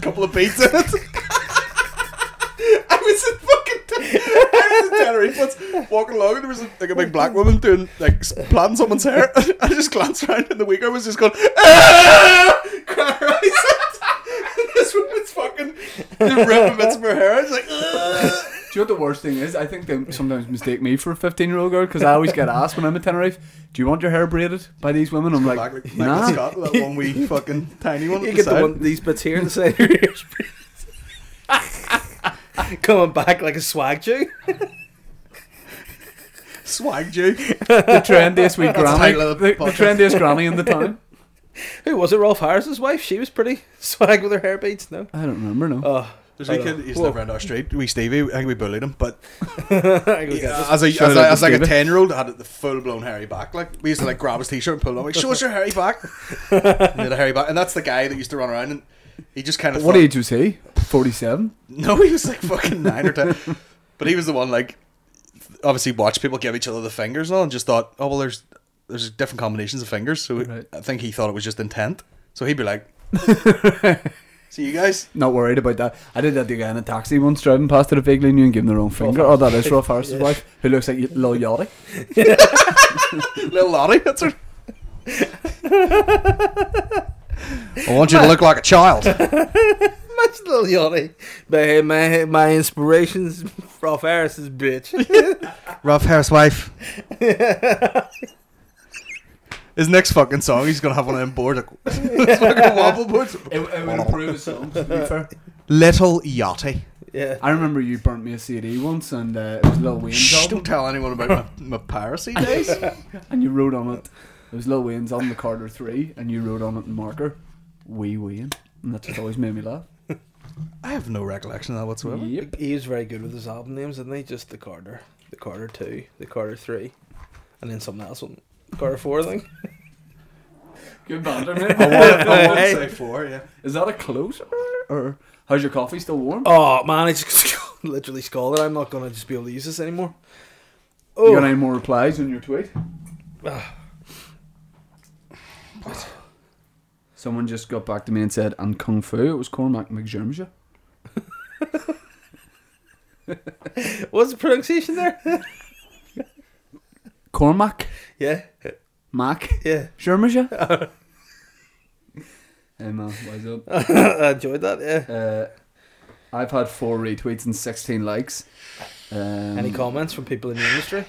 C: couple of beats in it. I was in fucking Te- I was in Tenerife once, walking along, and there was like a big black woman doing like s- plaiting someone's hair. I just glanced around, and the weaker was just going, "Ah!" crying her eyes out. And this woman's fucking the rip bits of her hair. I was like, "Ah." "Ugh."
A: Do you know what the worst thing is? I think they sometimes mistake me for a 15 year old girl because I always get asked when I'm in Tenerife, Do you want your hair braided by these women? I'm
C: Back
A: like,
C: like
A: nah.
C: Michael Scott, with that one wee fucking tiny one.
B: You
C: at
B: get
C: the
B: the
C: side.
B: one these bits here in the side of your ears. Coming back like a swag Jew.
C: swag Jew.
A: The trendiest wee granny.
C: title
A: The,
C: of the
A: the
C: podcast.
A: trendiest granny in the town.
B: Who was it? Rolf Harris's wife. She was pretty swag with her hair beads. No.
A: I don't remember, no.
B: Oh,
C: There's a
B: I
C: wee
B: know.
C: kid that used to live
B: Whoa.
C: around our street. We Stevie, I think we bullied him, but
B: I go get
C: Yeah,
B: this.
C: as a, as,
A: Shout out
C: a,
A: to
C: as like a
A: Stevie.
C: ten year old, I had the full blown hairy back. Like we used to like grab his t shirt and pull it on, like show us your hairy back. he had a hairy back, and that's the guy that used to run around and he just kind of.
A: what
C: thought,
A: age was he? 47?
C: No, he was like fucking nine or ten, but he was the one like obviously watched people give each other the fingers and all, and just thought, oh well, there's there's different combinations of fingers, so
A: Right.
C: I think he thought it was just intent. So he'd be like, "See you guys."
A: Not worried about that. I did that to a guy in a taxi once driving past at a big venue and gave him the wrong finger. Oh, that is Rolf Harris's
B: Yeah.
A: wife, who looks like Lil Yachty.
C: Little Lottie, that's her. I want you to look like a child.
B: Much little yachty. But hey, my my inspirations Rolf Harris's bitch.
C: Rough housewife. His next fucking song, he's gonna have one of them board like, fucking wobble boards.
A: It, it would improve his songs, to be fair.
C: Little Yachty.
B: yeah.
A: I remember you burnt me a CD once and uh, it was Lil Wayne's
C: Shh,
A: album.
C: don't tell anyone about my, my piracy days.
A: And you wrote on it, it was Lil Wayne's on the Carter 3, and you wrote on it in marker, Wee Wayne. And that just always made me laugh.
C: I have no recollection of that whatsoever.
A: Yep.
B: He was very good with his album names, didn't he? Just the Carter, the Carter Two, the Carter Three, and then something else. One, Carter Four, I think.
A: Good banter,
C: I
A: man.
C: want, I want
B: Hey.
C: to say four, yeah.
A: Is that a close or- or how's your coffee still warm?
B: Oh man, I just literally scalded. I'm not gonna just be able to use this anymore.
A: You
B: Oh,
A: got any more replies on your tweet? Someone just got back to me and said, and Kung Fu, it was Cormac McGermsha.
B: what's the pronunciation there?
A: Cormac?
B: yeah,
A: Mac?
B: yeah.
A: Germisha? hey man, wise up.
B: I enjoyed that. Yeah.
A: Uh, I've had four retweets and 16 likes. Um,
B: Any comments from people in the industry?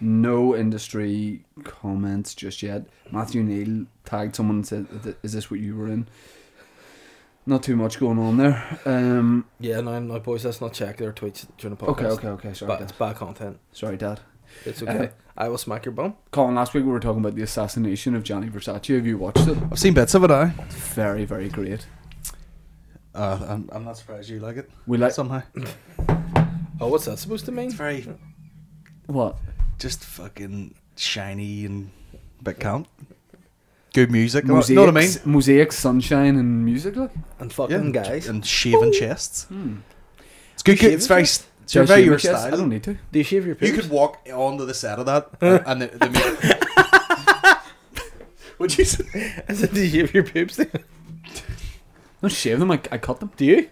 A: No industry comments just yet. Matthew Neal tagged someone and said, "Th- "Is this what you were in?" Not too much going on there. Um,
B: Yeah, no, no, boys, let's not check their tweets during the podcast.
A: okay, Uh, okay, okay. Sorry,
B: But
A: Dad.
B: it's bad content.
A: Sorry, Dad.
B: It's okay. I will smack your bum.
A: Colin, last week we were talking about the assassination of Gianni Versace. Have you watched it?
C: I've seen bits of it. I.
A: It's very, very great.
C: Uh, I'm, I'm not surprised you like it.
A: We like
C: somehow.
B: Oh, what's that supposed to mean?
C: It's very
A: what?
C: just fucking shiny and a bit camp. Good music.
A: Mosaics,
C: you know what I mean?
A: mosaics, sunshine, and music. Like
B: And fucking guys.
C: and shaven chests. It's good. good. It's very. s- It's
A: Should I
C: very
A: shave
C: your
A: my chest? I
C: style.
A: don't need to.
B: Do you shave your
C: You
B: pubes?
C: could walk onto the set of that, uh, and- and the, the ma- Would you? Say?
B: I said, do you shave your pubes? do
A: Don't shave them. I, I cut them.
B: you?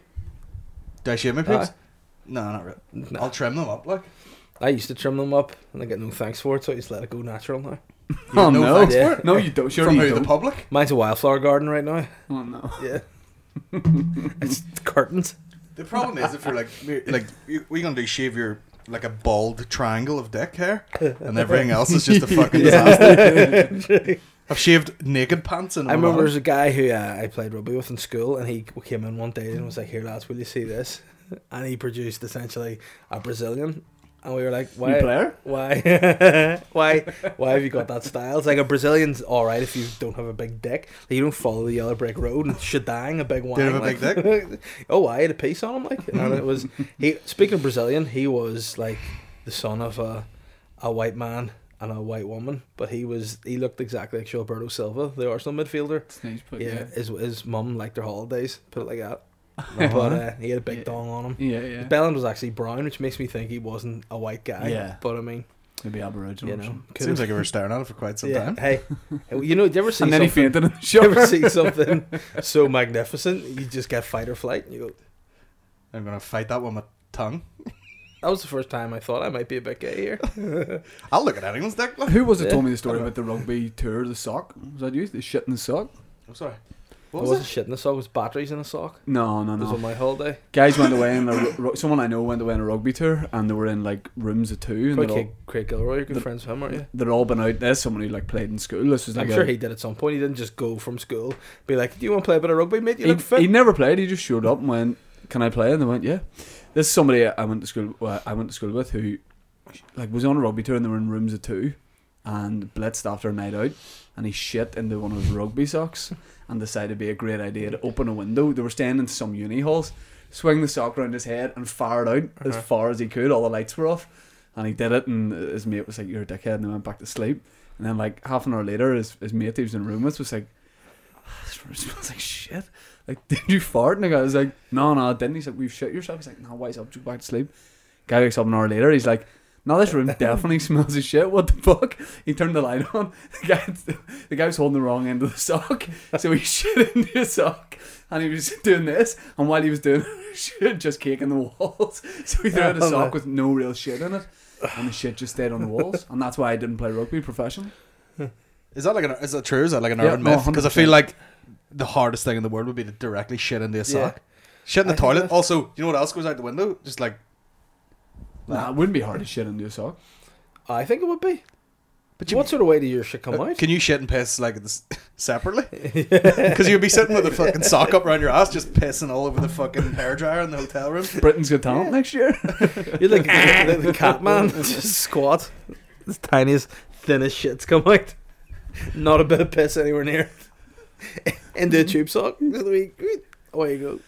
C: Do I shave my pubes?
B: Aye.
C: no, not really. I'll trim them up. Like
B: I used to trim them up, and I get no thanks for it, so I just let it go natural now.
C: You
A: oh
C: know
A: no!
C: thanks
B: for it.
A: No, you don't. Sure,
C: from
A: you
C: who,
A: don't.
C: the public.
B: Mine's a wildflower garden right now.
A: oh no!
B: Yeah. it's curtains.
C: The problem is if you're like we're- like you- we're gonna do shave your like a bald triangle of dick hair, and everything else is just a fucking disaster. I've shaved naked pants and
B: I remember there was a guy who uh, I played rugby with in school, and he came in one day and was like, "Here, lads, will you see this?" And he produced essentially a Brazilian, and we were like, "Why,
A: player?
B: why, why, why have you got that style?" It's like a Brazilian's all right if you don't have a big dick, like, you don't follow the yellow brick road and shadang a big one.
C: have a big
B: dick. oh, I had a piece on him, like, and it was he. Speaking of Brazilian, he was like the son of a a white man. And a white woman, but he was—he looked exactly like Gilberto Silva, the Arsenal midfielder.
A: Nice, but
B: Yeah,
A: yeah,
B: his his mum liked their holidays. Put it like that. But uh, he had a big
A: Uh-huh. Yeah.
B: dong on him.
A: yeah, yeah.
B: Belland was actually brown, which makes me think he wasn't a white guy.
A: Yeah.
B: But I mean,
A: Maybe Aboriginal.
B: you
A: or
B: know,
A: something.
B: could
C: Seems
B: have-
C: like we were staring at it for quite some
B: yeah.
C: time.
B: Hey, you know, did you ever see
A: And then he
B: something?
A: fainted in the
B: You ever
A: shower.
B: see something so magnificent? You just get fight or flight. And you go.
C: I'm gonna fight that one with my tongue.
B: That was the first time I thought I might be a bit gay here.
C: I'll look at anyone's dick. Like.
A: Who was it
B: Yeah.
A: told me the story about the rugby tour, the sock? Was that you? The shit in the sock?
C: I'm Oh, sorry.
B: I
C: What was,
B: wasn't
C: it?
B: shitting. I saw it was batteries in a sock.
A: No, no,
B: It was
A: no.
B: on my holiday.
A: Guys went away on a ru- ru- someone I know went away on a rugby tour, and they were in like rooms of two, and they'd
B: Probably
A: all,
B: Craig Gilroy, you're good
A: the-
B: friends with him, aren't you?
A: they'd all been out. There's someone who like played in school. This was like
B: I'm
A: a-
B: sure he did at some point. He didn't just go from school, be like, "Do you want to play a bit of rugby, mate? You
A: he,
B: look fit."
A: he never played. He just showed up and went, "Can I play?" And they went, "Yeah." This is somebody I went to school. Well, I went to school with who, like, was on a rugby tour and they were in rooms of two, and blitzed after a night out, and he shit into one of his rugby socks, and decided it'd be a great idea to open a window. They were staying in some uni halls, swing the sock around his head and fire it out as far as he could. All the lights were off, and he did it. And his mate was like, "You're a dickhead," and they went back to sleep. And then, like half an hour later, his, his mate he was in a room with was like, "This room smells like shit." Like, did you fart? And the guy was like, "No, no, I didn't." He's like, "We've shit yourself." He's like, "No, why is up? Just go back to sleep." Guy wakes up an hour later. He's like, "No, this room definitely smells of shit. What the fuck?" He turned the light on. The guy, the guy was holding the wrong end of the sock, so he shit into his sock, and he was doing this. And while he was doing it, shit, just caking the walls. So he threw out a
B: Oh,
A: sock
B: no.
A: with no real shit in it, and the shit just stayed on the walls. And that's why I didn't play rugby professionally.
C: Is that like an? Is that true? Is that like an
A: Yeah,
C: urban
A: no,
C: myth? Because I
A: 100%.
C: feel like the hardest thing in the world would be to directly shit into a sock. Shit in the
B: I think
C: toilet.
B: that's-
C: Also, you know what else goes out the window? Just like
A: Nah, it wouldn't be hard to shit into a sock.
B: I think it would be.
C: But
B: what sort of way do your shit
A: Uh,
B: come out?
C: uh, Can you shit and piss like this separately? Because you'd be sitting with a fucking sock up around your ass, just pissing all over the fucking hairdryer in the hotel room.
A: Britain's Got Talent next year.
B: You're like the, the, the cat man, just squat. The tiniest, thinnest shit's come out. Not a bit of piss anywhere near. Into a tube sock. The week. Away you go.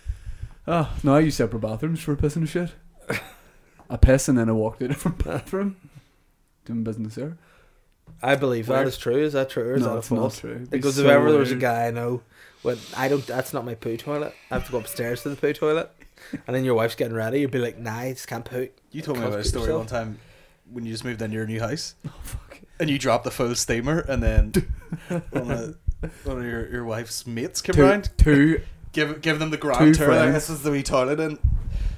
A: Oh, no, I use separate bathrooms for pissing and shit. I piss and then I walk to a different bathroom. Doing business there.
B: I believe that
A: Weird.
B: is true. Is that true? Or is
A: no,
B: that a
A: it's not
B: false?
A: true. It'd be
B: Because if
A: so
B: ever there was a
A: weird.
B: guy I know, when I don't, that's not my poo toilet. I have to go upstairs to the poo toilet, and then your wife's getting ready. You'd be like, "Nah, I just can't poo."
C: You told me
B: Cuss
C: about a story
B: yourself.
C: one time when you just moved into your new house
A: Oh, fuck.
C: and you dropped the full steamer, and then one of, one of your, your wife's mates came
A: Two,
C: round,
A: two
C: give give them the
A: Two
C: grand tour. Like,
A: friends.
C: this is the wee toilet, and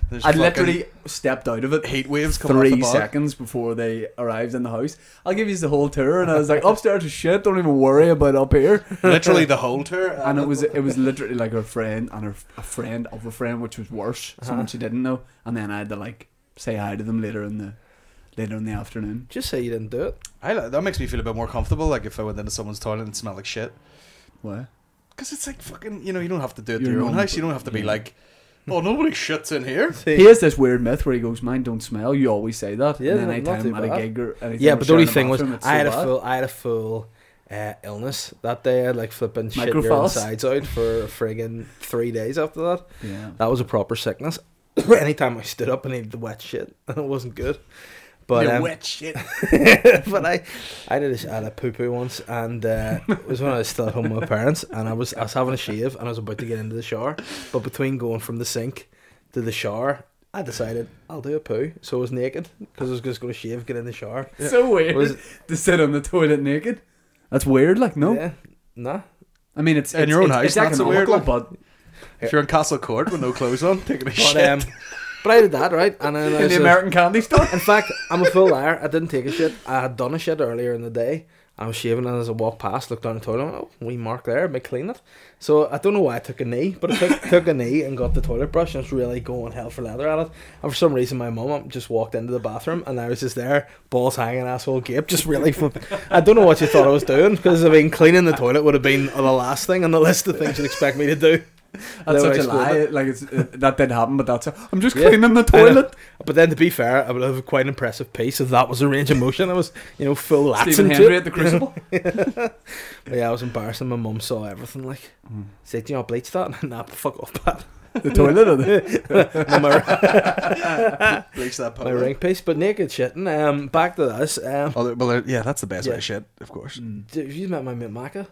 C: there's
A: I
C: fucking
A: literally stepped out of it
C: heat waves coming
A: three
C: off the back.
A: seconds before they arrived in the house. I'll give you the whole tour, and I was like, upstairs is shit. Don't even worry about up here.
C: Literally the whole tour,
A: and it was it was literally like her friend and her a friend of a friend, which was worse. Someone she didn't know, and then I had to like say hi to them later in the later in the afternoon.
B: Just say you didn't do it.
C: I, li- that makes me feel a bit more comfortable. Like if I went into someone's toilet and it smelled like shit,
A: Why?
C: Because it's like fucking, you know, you don't have to do it to
A: You're
C: your own
A: not-
C: house. You don't have to be like, oh, nobody shits in here.
A: He has this weird myth where he goes, "Mine don't smell." You always say that.
B: Yeah,
A: and then
B: not- not
A: anytime
B: too
A: I'm at
B: bad.
A: a gig or anything,
B: yeah,
A: we're
B: but the
A: sharing
B: only thing was,
A: bathroom, it's
B: I had
A: so
B: a
A: bad.
B: full, I had a full uh, illness that day. I had like flipping shit your
A: Microphallus?
B: insides out for friggin' three days after that.
A: Yeah.
B: That was a proper sickness. Anytime I stood up, I needed the wet shit, and it wasn't good. But
C: you
B: um,
C: wet shit.
B: but I, I did a, sh- I had a poo poo once, and uh, it was when I was still at home with my parents, and I was I was having a shave, and I was about to get into the shower, but between going from the sink to the shower, I decided I'll do a poo, so I was naked because I was just going to shave, get in the shower.
A: So weird
B: Was-
A: to sit on the toilet naked. That's weird. Like no,
B: Yeah, nah.
A: I mean it's
C: In
A: it's-
C: your own
A: it's-
C: house,
A: It's
C: that's a weird
A: economical,
C: one.
A: but
C: If you're in Castle Court with no clothes on, taking a
B: But
C: shit
B: um, but I did that right, and then I
A: in
B: was
A: the
B: a-
A: American candy store.
B: In fact, I'm a full liar. I didn't take a shit. I had done a shit earlier in the day. I was shaving, and as I walked past, looked down the toilet. Oh, we mark there, may clean it. So I don't know why I took a knee, but I took, took a knee and got the toilet brush and was really going hell for leather at it. And for some reason, my mum just walked into the bathroom, and I was just there, balls hanging, asshole gape, just really. Flip. I don't know what you thought I was doing because I mean, cleaning the toilet would have been the last thing on the list of things you'd expect me to do.
A: That's
B: Then I
A: such a
B: explained
A: lie.
B: it.
A: Like it's it, that did happen, but that's i I'm just
B: Yeah.
A: cleaning the
B: I know.
A: toilet.
B: But then, to be fair, I would have quite an impressive piece if that was a range of motion. I was, you know, full lats
A: Stephen
B: into
A: Henry
B: it.
A: at the crucible.
B: But yeah, I was embarrassing. My mum saw everything. Like,
C: Hmm.
B: said, "Do you not bleach that?" And nah, fuck off, Pat.
A: the toilet. Or the,
B: And my,
C: bleach that
B: my
C: powder.
B: ring piece, but naked shitting. Um, back to this. Um,
C: Oh, there- well, there- yeah, that's the best way
B: Yeah.
C: to shit, of course.
A: Mm.
B: d- have you met my mate Maka?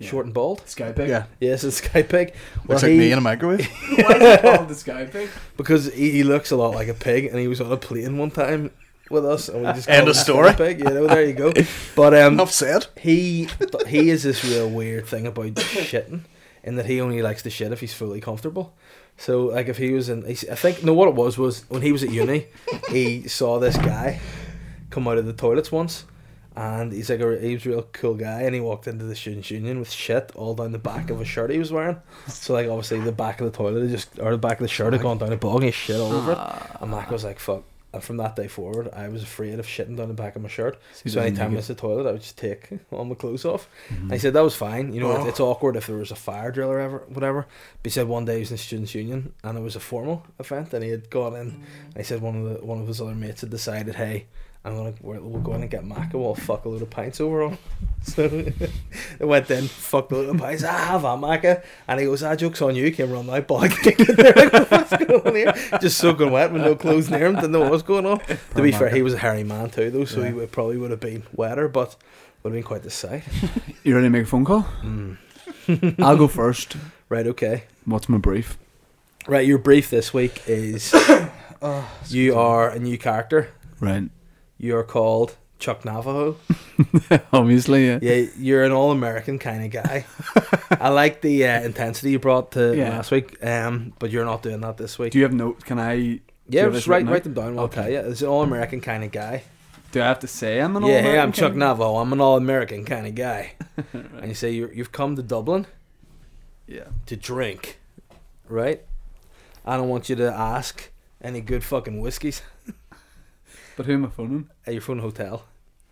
B: Short and bald.
A: sky pig.
C: Yeah,
B: Yes, it's Sky Pig. Well,
C: looks like
B: he-
C: me in a microwave.
A: Why is it called the sky pig?
B: because he, he looks a lot like a pig, and he was on a plane one time with us, and we just
C: Uh, End
B: called
C: of
B: him
C: story.
B: Sky Pig. You know, there you go. But um,
C: Enough said.
B: he he is this real weird thing about shitting, in that he only likes to shit if he's fully comfortable. So like if he was in, he's- I think no, what it was was when he was at uni, he saw this guy come out of the toilets once, and he's like a he was a real cool guy, and he walked into the students' union with shit all down the back of a shirt he was wearing. So like obviously the back of the toilet had just or the back of the shirt had gone down a bog and he shit all over
A: Ah.
B: it. And Mac was like fuck. And from that day forward, I was afraid of shitting down the back of my shirt.
A: he
B: So
A: doesn't
B: anytime I
A: like
B: was at the toilet, I would just take all my clothes off. And he said that was fine. You know, it, it's awkward if there was a fire drill or ever, whatever. But he said one day he was in the students' union and it was a formal event, and he had gone in. And he said one of the one of his other mates had decided, hey, I'm gonna we're, we'll go in and get Mac and we'll fuck a load of pints over on. So they went in, fucked a load of pints. Ah, have a Maca, and he goes, ah, jokes on you. Came around like, bog. What's going on here? Just soaking wet with no clothes near him. Didn't know what was going on. To be fair, he was a hairy man too, though, so he would, probably would have been wetter, but would have been quite the sight.
A: You ready to make a phone call?
B: Hmm.
A: I'll go first.
B: Right, okay.
A: What's my brief?
B: Right, your brief this week is
A: Oh,
B: you are a new character.
A: Right.
B: You're called Chuck Navajo.
A: Obviously, yeah.
B: Yeah, you're an all-American kind of guy. I like the uh, intensity you brought to
A: Yeah.
B: last week, um, but you're not doing that this week.
A: Do you have notes? Can I?
B: yeah,
A: do you have
B: just
A: this
B: write
A: written
B: write
A: out?
B: them down. and I'll
A: Okay.
B: tell you. It's an all-American kind of guy.
A: Do I have to say I'm an
B: yeah, hey,
A: All-American?
B: I'm Chuck Navajo. I'm an all-American kind of guy. And you say you're, you've come to Dublin
A: Yeah.
B: to drink, right? I don't want you to ask any good fucking whiskeys
A: But who am I phoning?
B: at your phone hotel.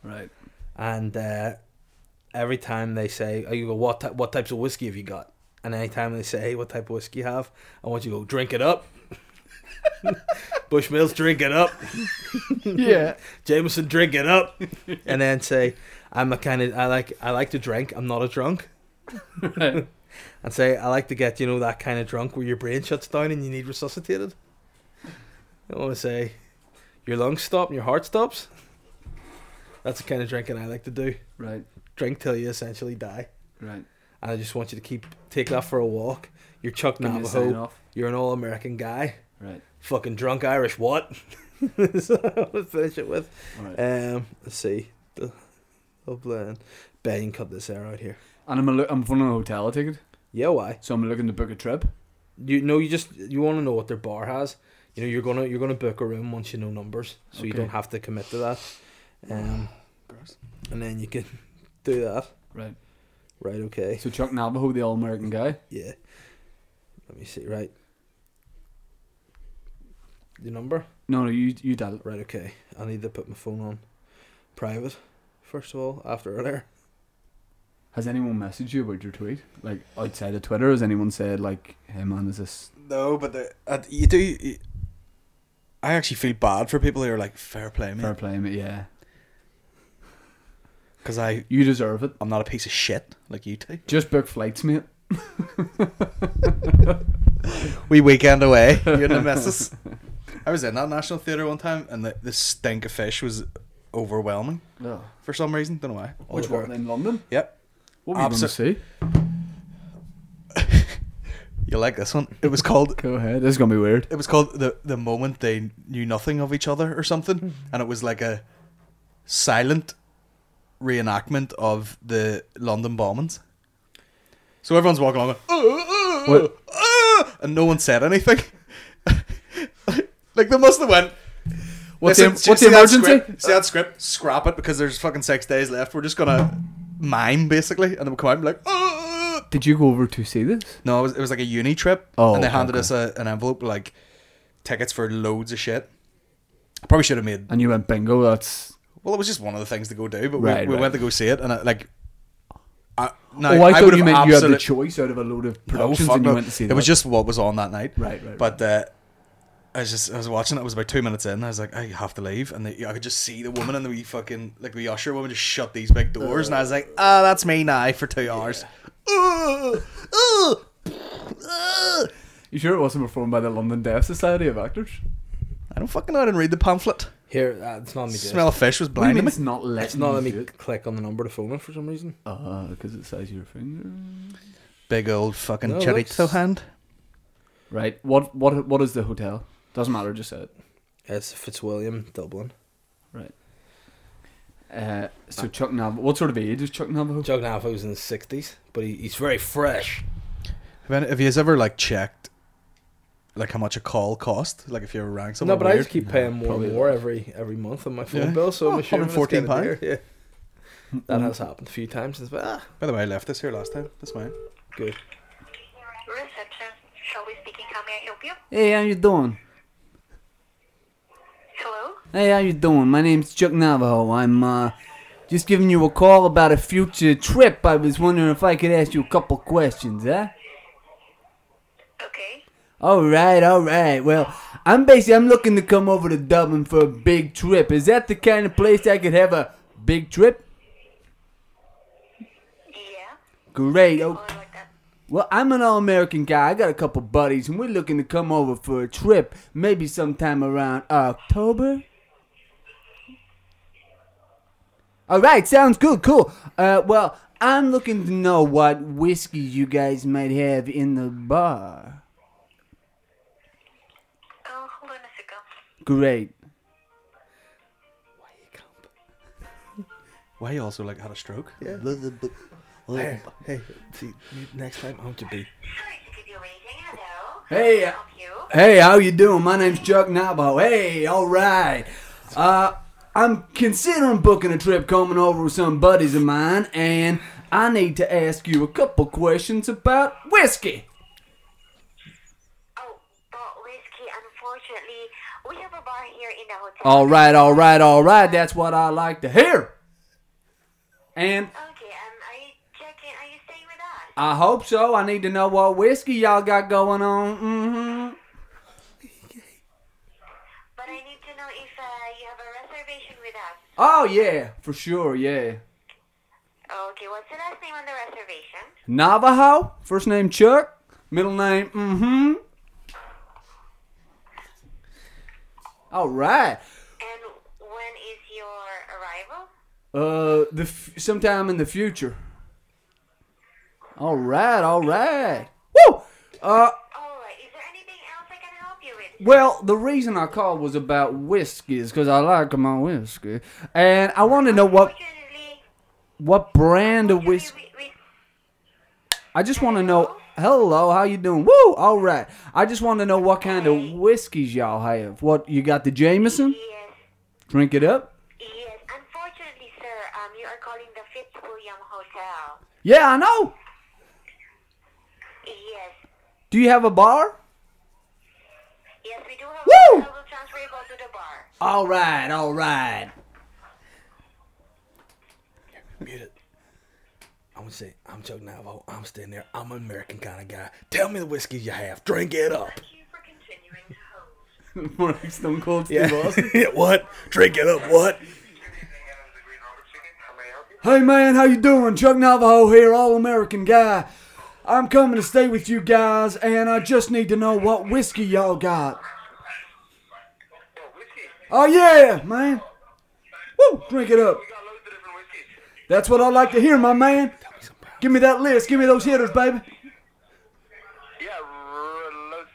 A: Right.
B: and uh, every time they say, oh, you go, what ty- what types of whiskey have you got? And any time they say, hey, what type of whiskey you have? I want you to go, drink it up. Bushmills, drink it up.
A: Yeah.
B: Jameson, drink it up. and then say, I'm a kind of, I like, I like to drink. I'm not a drunk.
A: right.
B: And say, I like to get, you know, that kind of drunk where your brain shuts down and you need resuscitated. I want to say, your lungs stop and your heart stops. That's the kind of drinking I like to do.
A: Right.
B: Drink till you essentially die.
A: Right.
B: and I just want you to keep take that for a walk. You're Chuck
A: Give me the sign
B: Navajo.
A: off.
B: You're an all American guy.
A: Right.
B: Fucking drunk Irish what? so I'll finish it with.
A: All right.
B: Um let's see. The Dublin. Ben you can cut this air out here.
A: and I'm a lo- I'm phoning a hotel ticket,
B: Yeah, why?
A: so I'm looking to book a trip.
B: You know you just you wanna know what their bar has. You know, you're gonna you're gonna book a room once you know numbers. So you
A: Okay.
B: don't have to commit to that. Um and then you can do that.
A: Right.
B: Right, okay.
A: So Chuck Navajo, the all-American guy.
B: Yeah. Let me see, right. The number?
A: No, no, you you dial it.
B: Right, okay. I need to put my phone on private, first of all, after earlier.
A: Has anyone messaged you about your tweet? Like outside of Twitter, has anyone said like, "Hey man, is this?"
C: No, but the, uh, you do. You, I actually feel bad for people who are like, fair play,
A: Fair
C: man.
A: play, mate. Yeah,
C: Because I,
A: you deserve it.
C: I'm not a piece of shit like you two.
A: Just book flights, mate.
C: We weekend away. You're the missus. I was in that National Theatre one time, and the, the stink of fish was overwhelming
B: Oh,
A: No.
C: for some reason. Don't know why. All
A: Which
C: the-
A: one in London?
C: Yep.
A: What were you going to
C: Abso-
A: see?
C: You like this one? It was called
A: Go ahead. This is gonna be weird.
C: it was called the the moment they knew nothing of each other or
A: Mm-hmm.
C: something, and it was like a silent reenactment of the London bombings. So everyone's walking along, going, "Oh, oh,
A: What?
C: oh," and no one said anything. like they must have went.
A: What's
C: "Listen,
A: the-
C: see-
A: what's the
C: see that
A: emergency?"
C: script? See that script? Scrap it because there's fucking six days left. We're just gonna mime basically, and then we come out and be like, "Oh, oh, oh."
A: Did you go over to see this?
C: No, it was, it was like a uni trip,
A: Oh,
C: and they
A: okay,
C: handed
A: okay.
C: us a, an envelope with like tickets for loads of shit. I probably should have made.
A: And you went bingo. That's.
C: Well, it was just one of the things to go do, but
A: Right,
C: we, we
A: right.
C: went to go see it, and I, like, I, no,
A: oh, I, thought
C: would
A: you
C: have
A: meant you had the
C: absolute-
A: choice out of a load of
C: No,
A: productions,
C: fuck
A: and you
C: no.
A: went to see.
C: It
A: that.
C: was just what was on that night,
A: Right, right,
C: But uh, I was just I was watching. it, It was about two minutes in. and I was like, I have to leave, and the, I could just see the woman and the wee fucking like the usher woman just shut these big doors, and I was like, ah, that's me now for two hours. Uh, Ugh, ugh, ugh.
A: You sure it wasn't performed by the London Deaf Society of Actors?
C: I don't fucking know. I didn't read the pamphlet.
B: Here, uh, it's not me.
C: Smell of fish was
A: What do you mean
C: blinding me.
A: it's not letting
B: It's not let
A: you
B: me
A: do it?
B: click on the number to phone in for some reason.
A: Uh, because it says your finger.
C: Big old fucking
B: No,
C: chorizo
B: that's-
C: hand.
A: Right. What what what is the hotel? Doesn't matter. Just say it.
B: It's Fitzwilliam, Dublin.
A: Right. Uh, so Chuck Nav. What sort of age is Chuck Navajo?
B: Chuck Navajo was in his sixties, but he, he's very fresh.
C: Have, any, have you ever like checked, like how much a call cost? Like if you ever rang someone
B: no, but I
C: weird?
B: just keep paying more
A: probably
B: and more every every month on my phone
C: Yeah.
B: bill, so
C: Oh,
B: I'm assuming it's
C: 114
B: getting
C: pound.
B: there, Yeah.
A: Mm-hmm.
B: That has happened a few times. It's like, ah,
C: By the way, I left this here last time. That's mine.
B: good.
D: Reception, Shelby speaking. How may I help you?
A: Hey, how you doing?
D: Hello?
A: Hey, how you doing? My name's Chuck Navajo. I'm uh, just giving you a call about a future trip. I was wondering if I could ask you a couple questions, eh?
D: Okay.
A: All right, all right. Well, I'm basically I'm looking to come over to Dublin for a big trip. Is that the kind of place I could have a big trip?
D: Yeah.
A: Great. Okay.
D: Something like that.
A: Well, I'm an all American guy. I got a couple buddies, and we're looking to come over for a trip, maybe sometime around October. All right, sounds good, cool. Uh, well, I'm looking to know what whiskey you guys might have in the bar.
D: Oh, hold on a second.
A: Great.
C: Why you also like had a stroke? Yeah.
B: Hey, hey, see, you- next time I want to be.
D: Sorry to keep you waiting. Hello?
A: Hey, uh,
D: Help you?
A: Hey, how you doing? My name's Chuck Nabo. Hey, all right. Uh, I'm considering booking a trip coming over with some buddies of mine, and I need to ask you a couple questions about whiskey.
D: Oh, but whiskey, unfortunately, we have a bar here in the hotel.
A: All right, all right, all right. That's what I like to hear. And
D: Okay, um, are you checking? Are you staying with us?
A: I hope so. I need to know what whiskey y'all got going on. Mm-hmm.
D: But I need to know if uh, you have a reservation with us.
A: Oh yeah, for sure. Yeah.
D: Okay, what's the last name on the reservation?
A: Navajo. First name Chuck. Middle name. Mm-hmm. All right.
D: And when is your arrival?
A: Uh, the f- sometime in the future. All right. All right. Woo. Uh.
D: Alright, is there anything else I can help you with?
A: Well, the reason I called was about whiskeys because I like my whiskey, and I want to know what
D: Unfortunately,
A: what brand of whiskey.
D: unfortunately, we, we,
A: I just want to know. Hello, how you doing? Woo! All right. I just want to know what kind of whiskeys y'all have. What you got? The Jameson.
D: Yes,
A: Drink it up.
D: yes. Unfortunately, sir, um, you are calling the Fitzwilliam Hotel.
A: Yeah, I know.
D: Yes,
A: Do you have a bar?
D: yes, we do have.
A: Woo!
D: I will transfer you all to the bar.
A: All right. All right.
B: Mute it. I'm gonna say, I'm Chuck Navo. I'm standing there. I'm an American kind of guy. Tell me the whiskey you have. Drink it up.
D: you for continuing to hold.
A: More like Stone Cold Steve
B: Yeah.
A: Austin.
B: what? Drink it up. What?
A: Hey man, how you doing? Chuck Navajo here, all American guy. I'm coming to stay with you guys, and I just need to know what whiskey y'all got. Oh yeah, man. Woo, drink it up. That's what I like to hear, my man. Give me that list. Give me those hitters, baby.
E: Yeah, loads.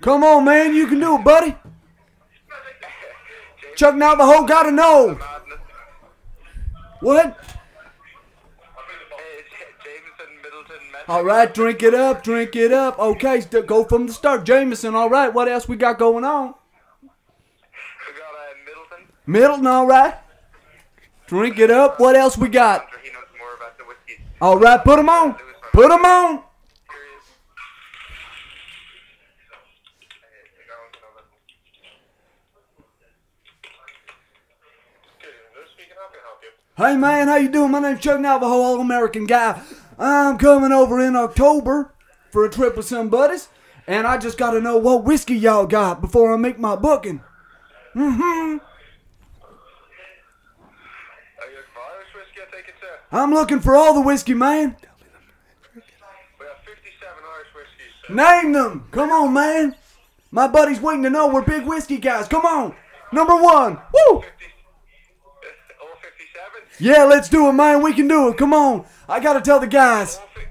A: Come on, man. You can do it, buddy. Chuck Navajo gotta know.
E: Madness.
A: What?
E: It's Uh, Jameson, Middleton, Met.
A: All right, drink it up, drink it up. Okay, st- go from the start. Jameson, all right. What else we got going on?
E: We got uh, Middleton.
A: Middleton, all right. Drink it up. What else we got?
E: He knows more about the whiskey.
A: All right, put 'em on. Put 'em on.
E: Curious. Uh, go on, go on. Good, Lewis, we can help you, help you.
A: Hey, man, how you doing? My name's Chuck Navajo, All-American guy. I'm coming over in October for a trip with some buddies, and I just got to know what whiskey y'all got before I make my booking.
E: Are you looking for Irish whiskey? I take it, sir.
A: I'm looking for all the whiskey, man.
E: We have 57 Irish whiskeys, sir.
A: Name them. Come on, man. My buddy's waiting to know we're big whiskey guys. Come on. Number one. Woo!
E: 50, all 57?
A: Yeah, let's do it, man. We can do it. Come on. I got to tell the guys.
E: All fi-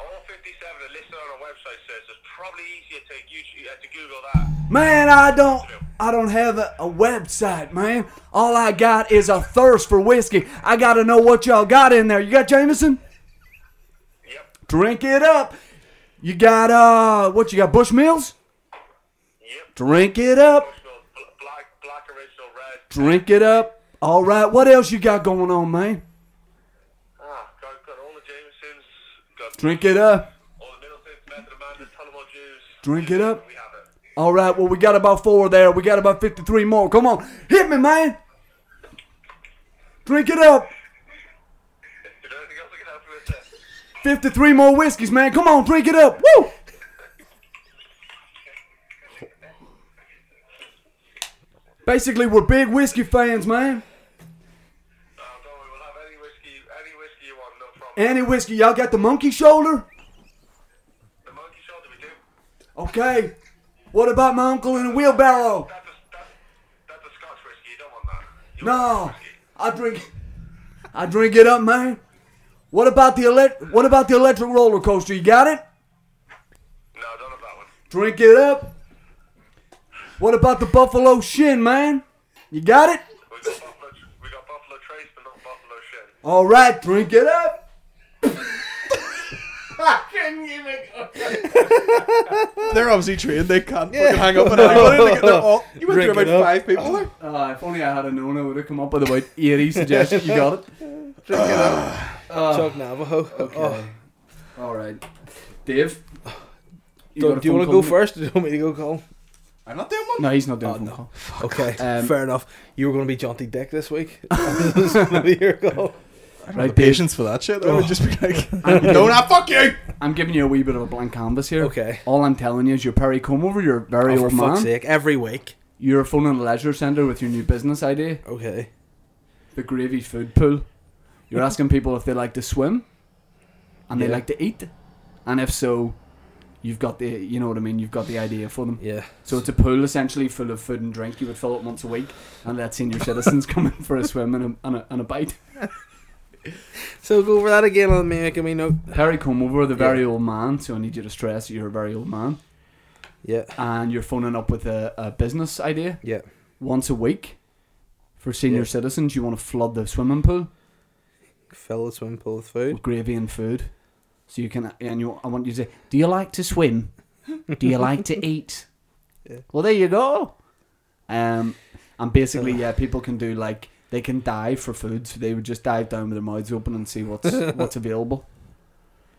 E: all 57 are listed on our website, sir, so it's probably easier to, YouTube, uh, to Google that.
A: Man, I don't I don't have a, a website, man. All I got is a thirst for whiskey. I gotta know what y'all got in there. You got Jameson?
E: Yep,
A: Drink it up. You got uh what you got, Bushmills?
E: yep.
A: Drink it up.
E: Original, bl- black, black original red.
A: Drink it up. Alright, what else you got going on, man?
E: Ah, got, got all the Jamesons, got
A: Drink it up.
E: all the Middletons, Method of Man, the Tullamore Jews.
A: Drink it up.
E: We have it.
A: All right, well, we got about four there. We got about 53 more. Come on, hit me, man. Drink it up.
E: Is there anything else I can help you with, Uh, sir?
A: 53 more whiskeys, man. Come on, drink it up. Woo! Basically, we're big whiskey fans, man.
E: No, don't worry, we'll have any whiskey, any whiskey you want, no problem.
A: Any whiskey. Y'all got the monkey shoulder?
E: the monkey shoulder we do.
A: Okay. What about my uncle in a wheelbarrow?
E: That's a, that's, that's a Scotch whiskey, you don't want that. You
A: No.
E: want Scotch whiskey.
A: I drink I drink it up, man. What about the elect what about the electric roller coaster? You got it?
E: No, don't have that one.
A: Drink it up. What about the buffalo shin, man? You got it?
E: We got Buffalo, we got Buffalo Trace, but not Buffalo Shin.
A: All right, drink it up.
C: They're obviously trained. They can't fucking hang up on anybody. They get- They're all, you went
B: Drink
C: through
B: it
C: about
B: up. Oh.
C: five people there.
A: Uh, if only I had known, I would have come up with about 80 suggestions. You got it?
B: Chuck Navajo. Oh,
A: All right. Dave?
B: do,
A: got a
B: do you
A: phone
B: want to
A: call?
B: go first or do you want me to go, Colin?
C: I'm not doing one.
A: No, he's not doing phone
B: no.
A: call.
B: Okay,
A: Um,
B: fair enough. You were going to be Jaunty Dick this week. Your goal.
C: I
A: Right,
C: don't have the
A: Dave.
C: patience for that shit. I would
B: Oh.
C: just be like, no, not fuck you.
A: I'm giving you a wee bit of a blank canvas here.
B: Okay.
A: All I'm telling you is you're Perry Comeover, you're a very
B: Oh, for
A: old man.
B: fuck's sake, every week.
A: You're phoning the leisure centre with your new business idea,
B: Okay.
A: the gravy food pool. You're asking people if they like to swim, and they
B: Yeah.
A: like to eat, and if so, you've got the you know what I mean. You've got the idea for them.
B: Yeah.
A: So it's a pool essentially full of food and drink. You would fill it once a week and let senior citizens come in for a swim and a, and a, and a bite.
B: So go over that again on me, making me note.
A: Perry Comeover, the very old man. So I need you to stress you're a very old man,
B: Yeah.
A: and you're phoning up with a, a business idea.
B: Yeah.
A: once a week for senior
B: Yeah.
A: citizens. You want to flood the swimming pool
B: Fill the swim pool with food.
A: with gravy and food, so you can. And you, I want you to say, "Do you like to swim? Do you like to eat?"
B: Yeah.
A: Well, there you go. Um, and basically, yeah, people can do like they can dive for food, so they would just dive down with their mouths open and see what's what's available.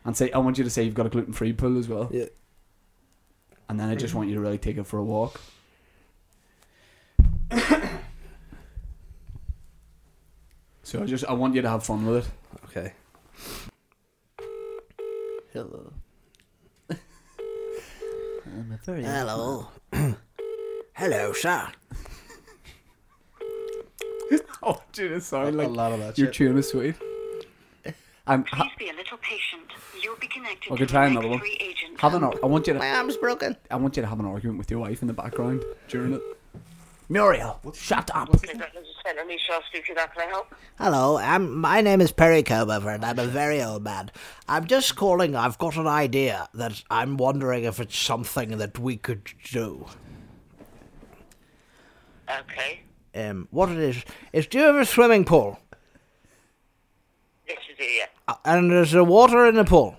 A: And say, I want you to say you've got a gluten free pool as well.
B: Yeah.
A: And then I just want you to really take it for a walk. so I just I want you to have fun with it.
B: Okay.
A: Michael. I'm a very
B: Uh, Hello. Hello, sir.
A: Oh, dude, it sounded
C: A
A: like
C: lot of that
A: your
C: shit.
A: tune is sweet. I'm Um, ha-
D: Please be a little patient. You'll be connected
A: okay.
D: to
A: Try
D: the
A: another one.
D: next three agents.
A: Have an. ar- I want you to.
B: arm's broken.
A: I want you to have an argument with your wife in the background during it. Muriel, shut up.
F: Hello, um, my name is Perry Comover, and I'm a very old man. I'm just calling, I've got an idea that I'm wondering if it's something that we could do.
E: Okay.
F: Um, what it is, is do you have a swimming pool?
E: Yes, you do, yeah.
F: Uh, And there's a water in the pool.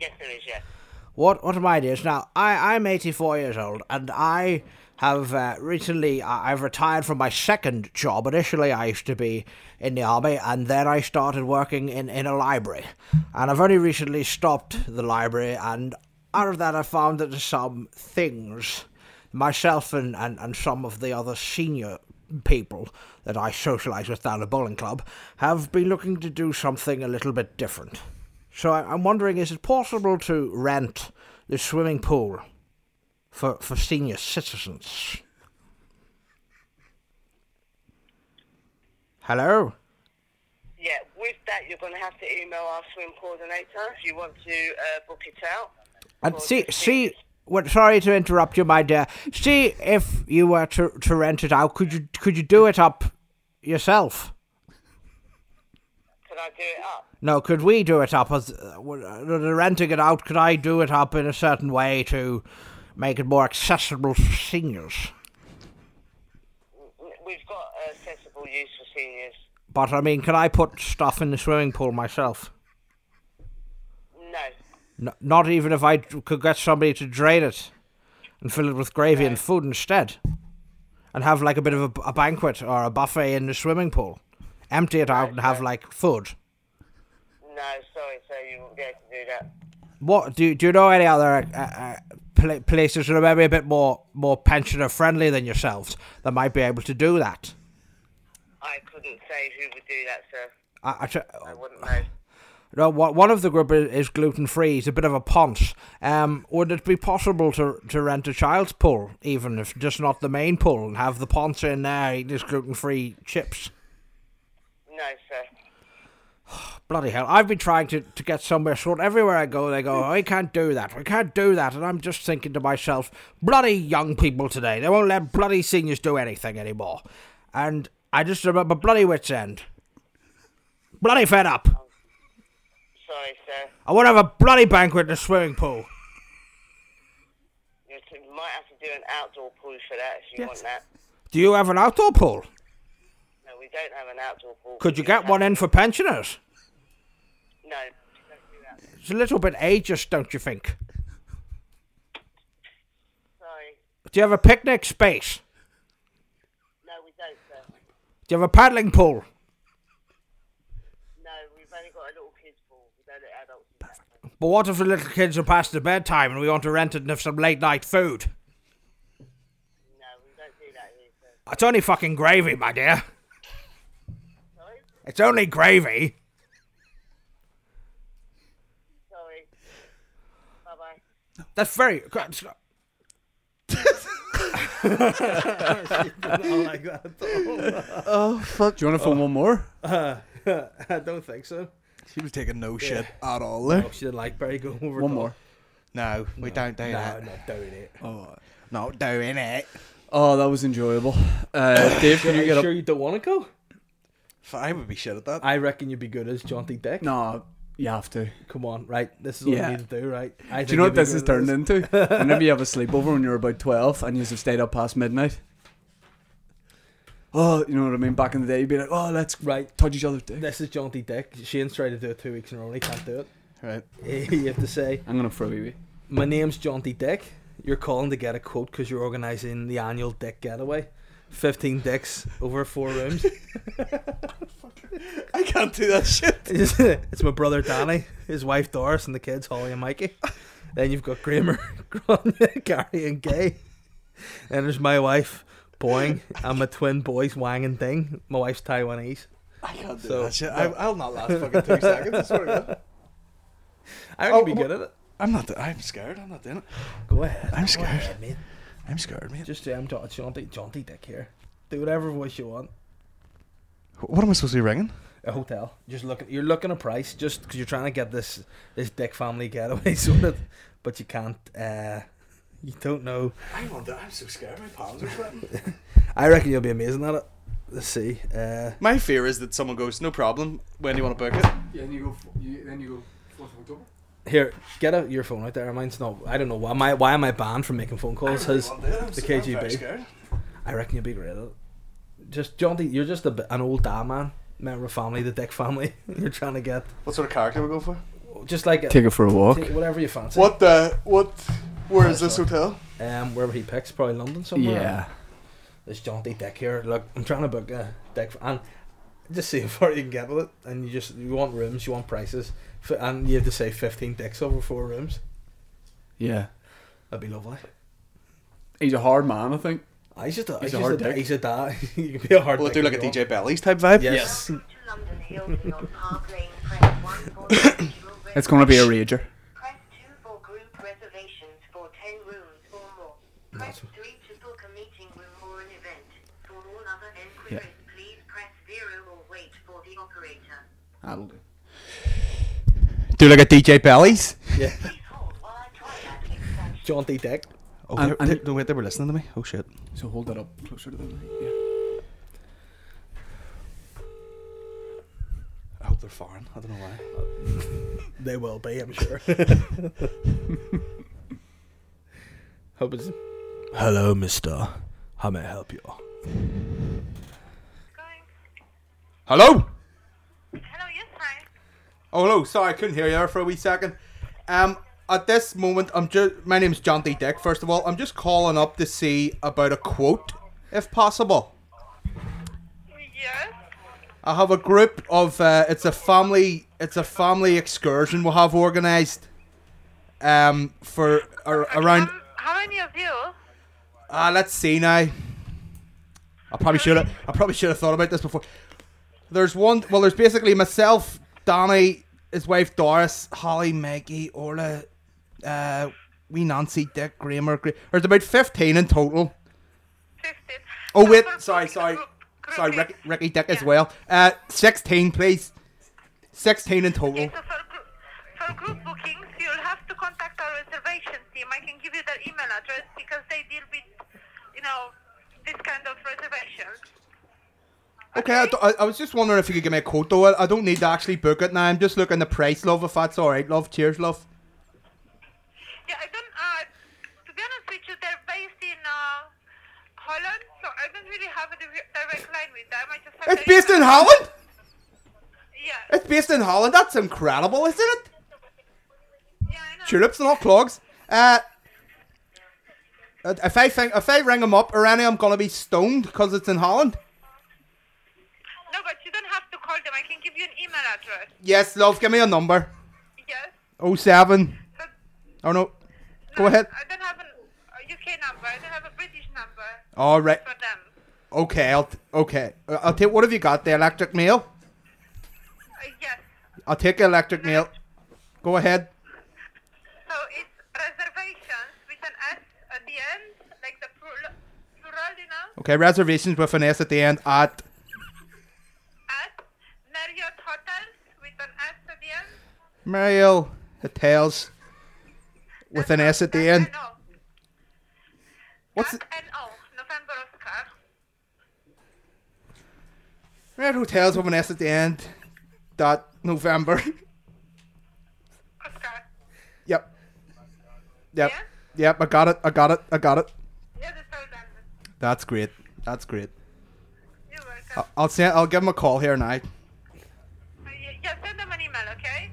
E: Yes, there is, yeah.
F: What what are my ideas? Now, I, I'm 84 years old, and I have uh, recently, I, I've retired from my second job. Initially, I used to be in the army, and then I started working in, in a library. And I've only recently stopped the library, and out of that, I found that there's some things, myself and, and, and some of the other senior people that I socialise with down at bowling club, have been looking to do something a little bit different. So I, I'm wondering, is it possible to rent the swimming pool for, for senior citizens? Hello?
G: Yeah, with that, you're going to have to email our swim coordinator if you want to uh, book it out.
F: And
G: Or
F: see,
G: just
F: see, well, sorry to interrupt you, my dear. See if you were to, to rent it out, could you could you do it up yourself?
G: Can I do it up?
F: No, could we do it up as uh, well, uh, the renting it out? Could I do it up in a certain way to make it more accessible for seniors?
G: N- We've got accessible use for seniors.
F: But I mean, can I put stuff in the swimming pool myself?
G: No,
F: N- not even if I d- could get somebody to drain it and fill it with gravy and food instead, and have like a bit of a, b- a banquet or a buffet in the swimming pool, empty it out and have like food.
G: no, sorry, sir, you won't be able to do that.
F: What do do you know any other uh, uh, pla- places that are maybe a bit more more pensioner friendly than yourselves that might be able to do that?
G: I couldn't say who would do that, sir.
F: I, I tr-
G: I wouldn't know.
F: No, wha- one of the group is, is gluten free. He's a bit of a ponce. Um, would it be possible to to rent a child's pool, even if just not the main pool, and have the ponce in there eating his gluten free chips?
G: No, sir.
F: Bloody hell! I've been trying to, to get somewhere short. Everywhere I go, they go, "Oh, "We can't do that. We can't do that." And I'm just thinking to myself, "Bloody young people today! They won't let bloody seniors do anything anymore." And I just remember bloody wits end. Bloody fed up.
G: Sorry, sir.
F: I want to have a bloody banquet in a swimming pool.
G: You t- might have to do an outdoor pool for that if you want that.
F: Do you have an outdoor pool?
G: No, we don't have an outdoor pool.
F: Could you get one in for pensioners?
G: No, don't do that.
F: It's a little bit ageist, don't you think?
G: Sorry.
F: Do you have a picnic space?
G: No, we don't, sir.
F: Do you have a paddling pool?
G: No, we've only got a little kids pool. We don't let adults do that.
F: But what if the little kids are past their bedtime and we want to rent it and have some late night food?
G: No, we don't do that here, sir.
F: It's only fucking gravy, my dear.
G: Sorry?
F: It's only gravy.
G: Sorry. Bye bye.
F: That's very.
B: I like that at all.
A: Do you want to phone one more?
B: I don't think so.
C: She was taking no shit at all there.
B: She didn't like Barry going over.
A: One
B: to-
A: more.
C: No, we don't do
B: No,
C: that. Oh,
B: I'm not doing it.
C: Not doing it.
A: Oh, that was enjoyable. Uh, Dave, can
B: Are
A: you
B: you
A: get
B: sure
A: up?
B: you don't want to go?
C: F- I would be shit at that.
B: I reckon you'd be good as Jaunty Dick.
A: No, you have to.
B: Come on, right? This is what
A: Yeah.
B: we need to do, right? I
A: Do you know what this is turned into? Whenever you have a sleepover when you're about 12 and you have stayed up past midnight. Oh, you know what I mean? Back in the day, you'd be like, oh, let's
B: Right.
A: touch each other's dick.
B: This is Jaunty Dick. Shane's tried to do it two weeks in a row and he can't do
C: Right.
B: it. You have to say,
A: I'm going to throw you.
B: My name's Jaunty Dick. You're calling to get a quote because you're organising the annual Dick Getaway. 15 dicks over four rooms.
C: I can't do that shit.
B: it's my brother Danny, his wife Doris, and the kids Holly and Mikey. Then you've got Gramer, Grania, Gary, and Gay. Then there's my wife, Boing, and my twin boys, Wang and Ding. My wife's Taiwanese.
C: I can't do
B: So-
C: that shit. I, I'll not last fucking two seconds. I swear to God.
B: I'm gonna
F: Oh,
B: be good at it.
F: I'm not. The, I'm scared. I'm not doing it.
B: Go ahead.
F: I'm
B: Go
F: scared.
B: ahead, mate.
F: I'm scared, man.
B: Just say I'm John, Jaunty, Jaunty Dick here. Do whatever voice you want.
F: What am I supposed to be ringing?
B: A hotel. Just looking. You're looking a price just because you're trying to get this this Dick family getaway sorted, but you can't. uh You don't know.
F: I'm on that. I'm so scared. My palms are sweating.
B: I reckon you'll be amazing at it. Let's see. Uh,
F: My fear is that someone goes, "No problem. When do you want to book it?"
H: Yeah, and you go. f- You, then you go. Fourth of October.
B: Here, get out your phone right there. Mine's not. I don't know why. My, why am I banned from making phone calls? Has the KGB? I reckon you'll be great at it. Just John, D, you're just a, bit- an old dad man, member of family, the Dick family. you're trying to get
F: What sort of character we go for?
B: just like a,
H: Take it for a walk.
B: take whatever you fancy.
F: What the? What? Where is this hotel?
B: Um, wherever he picks, probably London somewhere.
H: Yeah.
B: This John D. Dick here. Look, I'm trying to book a Dick f- and just see how far you can get with it. And you just you want rooms, you want prices, F- and you have to say 15 dicks over four rooms.
H: Yeah.
B: That'd be lovely.
H: He's a hard man, I think.
B: Ah, He's just a,
H: He's
B: he's,
H: a
B: just
H: hard
B: a da-
H: dick.
B: He's a dad. you can be a hard.
F: Will it
B: dick
F: do
B: if
F: like a
B: you want.
F: DJ Bellies type vibe?
B: Yes.
I: London Hilton on Park Lane, press 1 for individual
H: It's going to be a rager.
I: Press 2 for group reservations for 10 rooms or more. Press 3 to book a meeting room or an event. For all other enquiries, please press 0 or wait for the operator.
H: That'll do.
F: Do like a DJ Bellies?
B: Yeah.
I: Please hold while I try that extension.
B: John D. Dick.
F: Oh,
H: And-
F: they're-
H: and-
F: they're- no wait, they were listening to me. Oh shit.
H: So hold that up closer to the light. Yeah.
F: I hope they're foreign. I don't know why.
B: They will be, I'm sure. Hope it's. Hello, Mister. How may I help you?
I: Going.
F: Hello.
I: Hello, yes, hi.
F: Oh, hello. Sorry, I couldn't hear you there for a wee second. Um, at this moment, I'm just. My name's John D. Dick. First of all, I'm just calling up to see about a quote, if possible.
I: Yes?
F: I have a group of. Uh, it's a family. It's a family excursion we have organised. Um, for ar- around.
I: how many of you?
F: Ah, let's see now. I probably should have. I probably should have thought about this before. There's one. Well, there's basically myself, Danny, his wife Doris, Holly, Maggie, Orla, uh, we Nancy, Dick, Grammar. Gra- there's about fifteen in total.
I: 15.
F: Oh wait, sorry, sorry, sorry, Ricky, Ricky Dick as well. Uh, sixteen, please. Sixteen in total.
I: so for, group, for group bookings, you'll have to contact our reservation team. I can give you their email address because they deal with, you know, this kind of reservations.
F: Okay, I, th- I, I was just wondering if you could give me a quote though. I, I don't need to actually book it now. I'm just looking the price, love. If that's all right, love. Cheers, love.
I: Yeah, I don't. Uh, to be honest with you, they're based in uh, Holland, so I don't really have a dir- direct line with them. I just have
F: It's
I: their
F: based in
I: email.
F: Holland.
I: Yeah.
F: It's based in Holland. That's incredible, isn't it?
I: Yeah, I know.
F: Tulips, not clogs. Uh, if I think if I ring them up, or any, I'm gonna be stoned because it's in Holland.
I: No, but you don't have to call them. I can give you an email address.
F: Yes, love. Give me a number.
I: Yes.
F: 07.
I: So,
F: Oh no.
I: no,
F: Go ahead.
I: I don't have an, a UK number. I don't have a British number
F: All right.
I: for them.
F: Okay. I'll t- okay. Uh, I'll take. What have you got? The electric meal.
I: Uh, yes.
F: I'll take electric meal. Go ahead.
I: So it's reservations with an S at the end, like the plural, plural you know,
F: Okay. Reservations with an S at the end at Oh.
I: at Marriott Hotels with an S at the end.
F: Mariel Hotels with an S at the end.
I: No.
F: What's it?
I: And oh, November Oscar.
F: Red Hotels with an S at the end. Dot November.
I: Oscar.
F: Yep.
I: Yeah?
F: Yep. Yep. I got it. I got it. I got it.
I: Yeah, um, that's all done.
F: That's great. That's great.
I: You're welcome.
F: I'll send. I'll give him a call here now.
I: Uh, ye- yeah, send them an email, okay?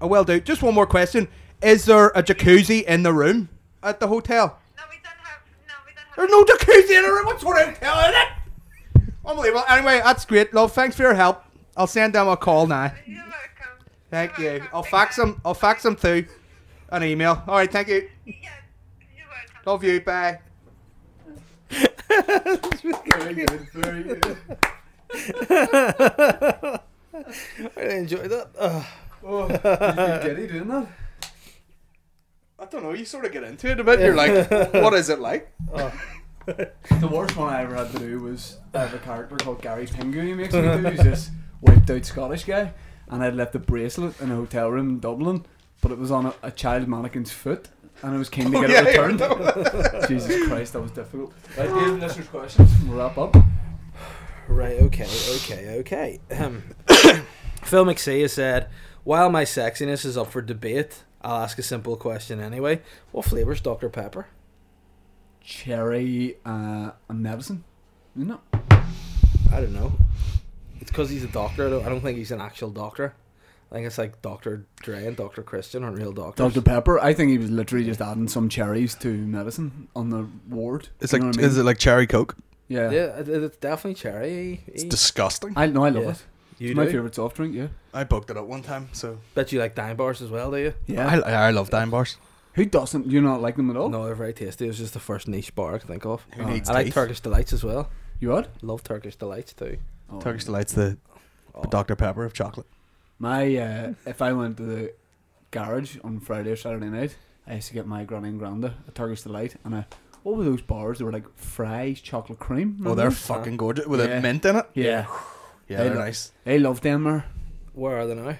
F: I will do. Just one more question: Is there a jacuzzi in the room at the hotel?
I: No, we don't have. No, we don't have.
F: There's no jacuzzi in the room. What sort of hotel is it? Unbelievable. Anyway, that's great, love. Thanks for your help. I'll send them a call now.
I: You're welcome.
F: Thank
I: You're
F: you.
I: welcome.
F: I'll
I: Take
F: fax
I: care.
F: them. I'll fax them through an email. All right. Thank you.
I: Yes, you're welcome.
F: Love you. Bye.
H: Very good. Very good.
B: I really enjoyed that. Ugh.
H: Oh, you doing that?
C: don't know. You sort of get into it a bit. You're like, what is it like?
H: The worst one I ever had to do was I have a character called Gary Pingu he makes me do. He's this wiped out Scottish guy, and I'd left a bracelet in a hotel room in Dublin, but it was on a, a child mannequin's foot, and I was keen to get
C: Oh, yeah,
H: it
C: I heard
H: returned. Jesus Christ, that was difficult. Right, Dave, listeners' questions. We'll wrap up.
B: Right, okay, okay, okay. Um, Phil McSee has said, While my sexiness is up for debate, I'll ask a simple question anyway. What flavour's Dr. Pepper?
H: Cherry uh, and medicine. Isn't it?
B: I don't know. It's because he's a doctor, though. I don't think he's an actual doctor. I think it's like Dr. Dre and Dr. Christian are real doctors.
H: Dr. Pepper. I think he was literally just adding some cherries to medicine on the ward.
C: It's
H: You
C: like,
H: know what I mean?
C: is it like cherry coke?
H: Yeah.
B: Yeah, it- it's definitely cherry.
C: It's disgusting.
H: I no, I love
B: Yeah.
H: it.
B: You
H: It's my
B: do?
H: favorite soft drink. Yeah.
C: I booked it up one time, so
B: Bet you like dime bars as well, do you?
H: Yeah.
C: I, I love dime bars.
H: Who doesn't? You not like them at all?
B: No, they're very tasty. It was just the first niche bar I could think of.
C: Oh. Who needs
B: I like
C: teeth?
B: Turkish delights as well.
H: You what?
B: Love Turkish delights too.
H: Oh.
C: Turkish delight's the Dr Pepper of chocolate.
H: Mm-hmm. My uh, if I went to the garage on Friday or Saturday night, I used to get my granny and granda a Turkish delight and a what were those bars? They were like fries, chocolate cream.
C: Oh,
H: remember
C: they're
H: them?
C: fucking gorgeous with
H: Yeah.
C: a mint in it.
H: yeah.
C: Yeah, they're
H: lo-
C: nice.
H: I love Denmark.
B: Where are they now?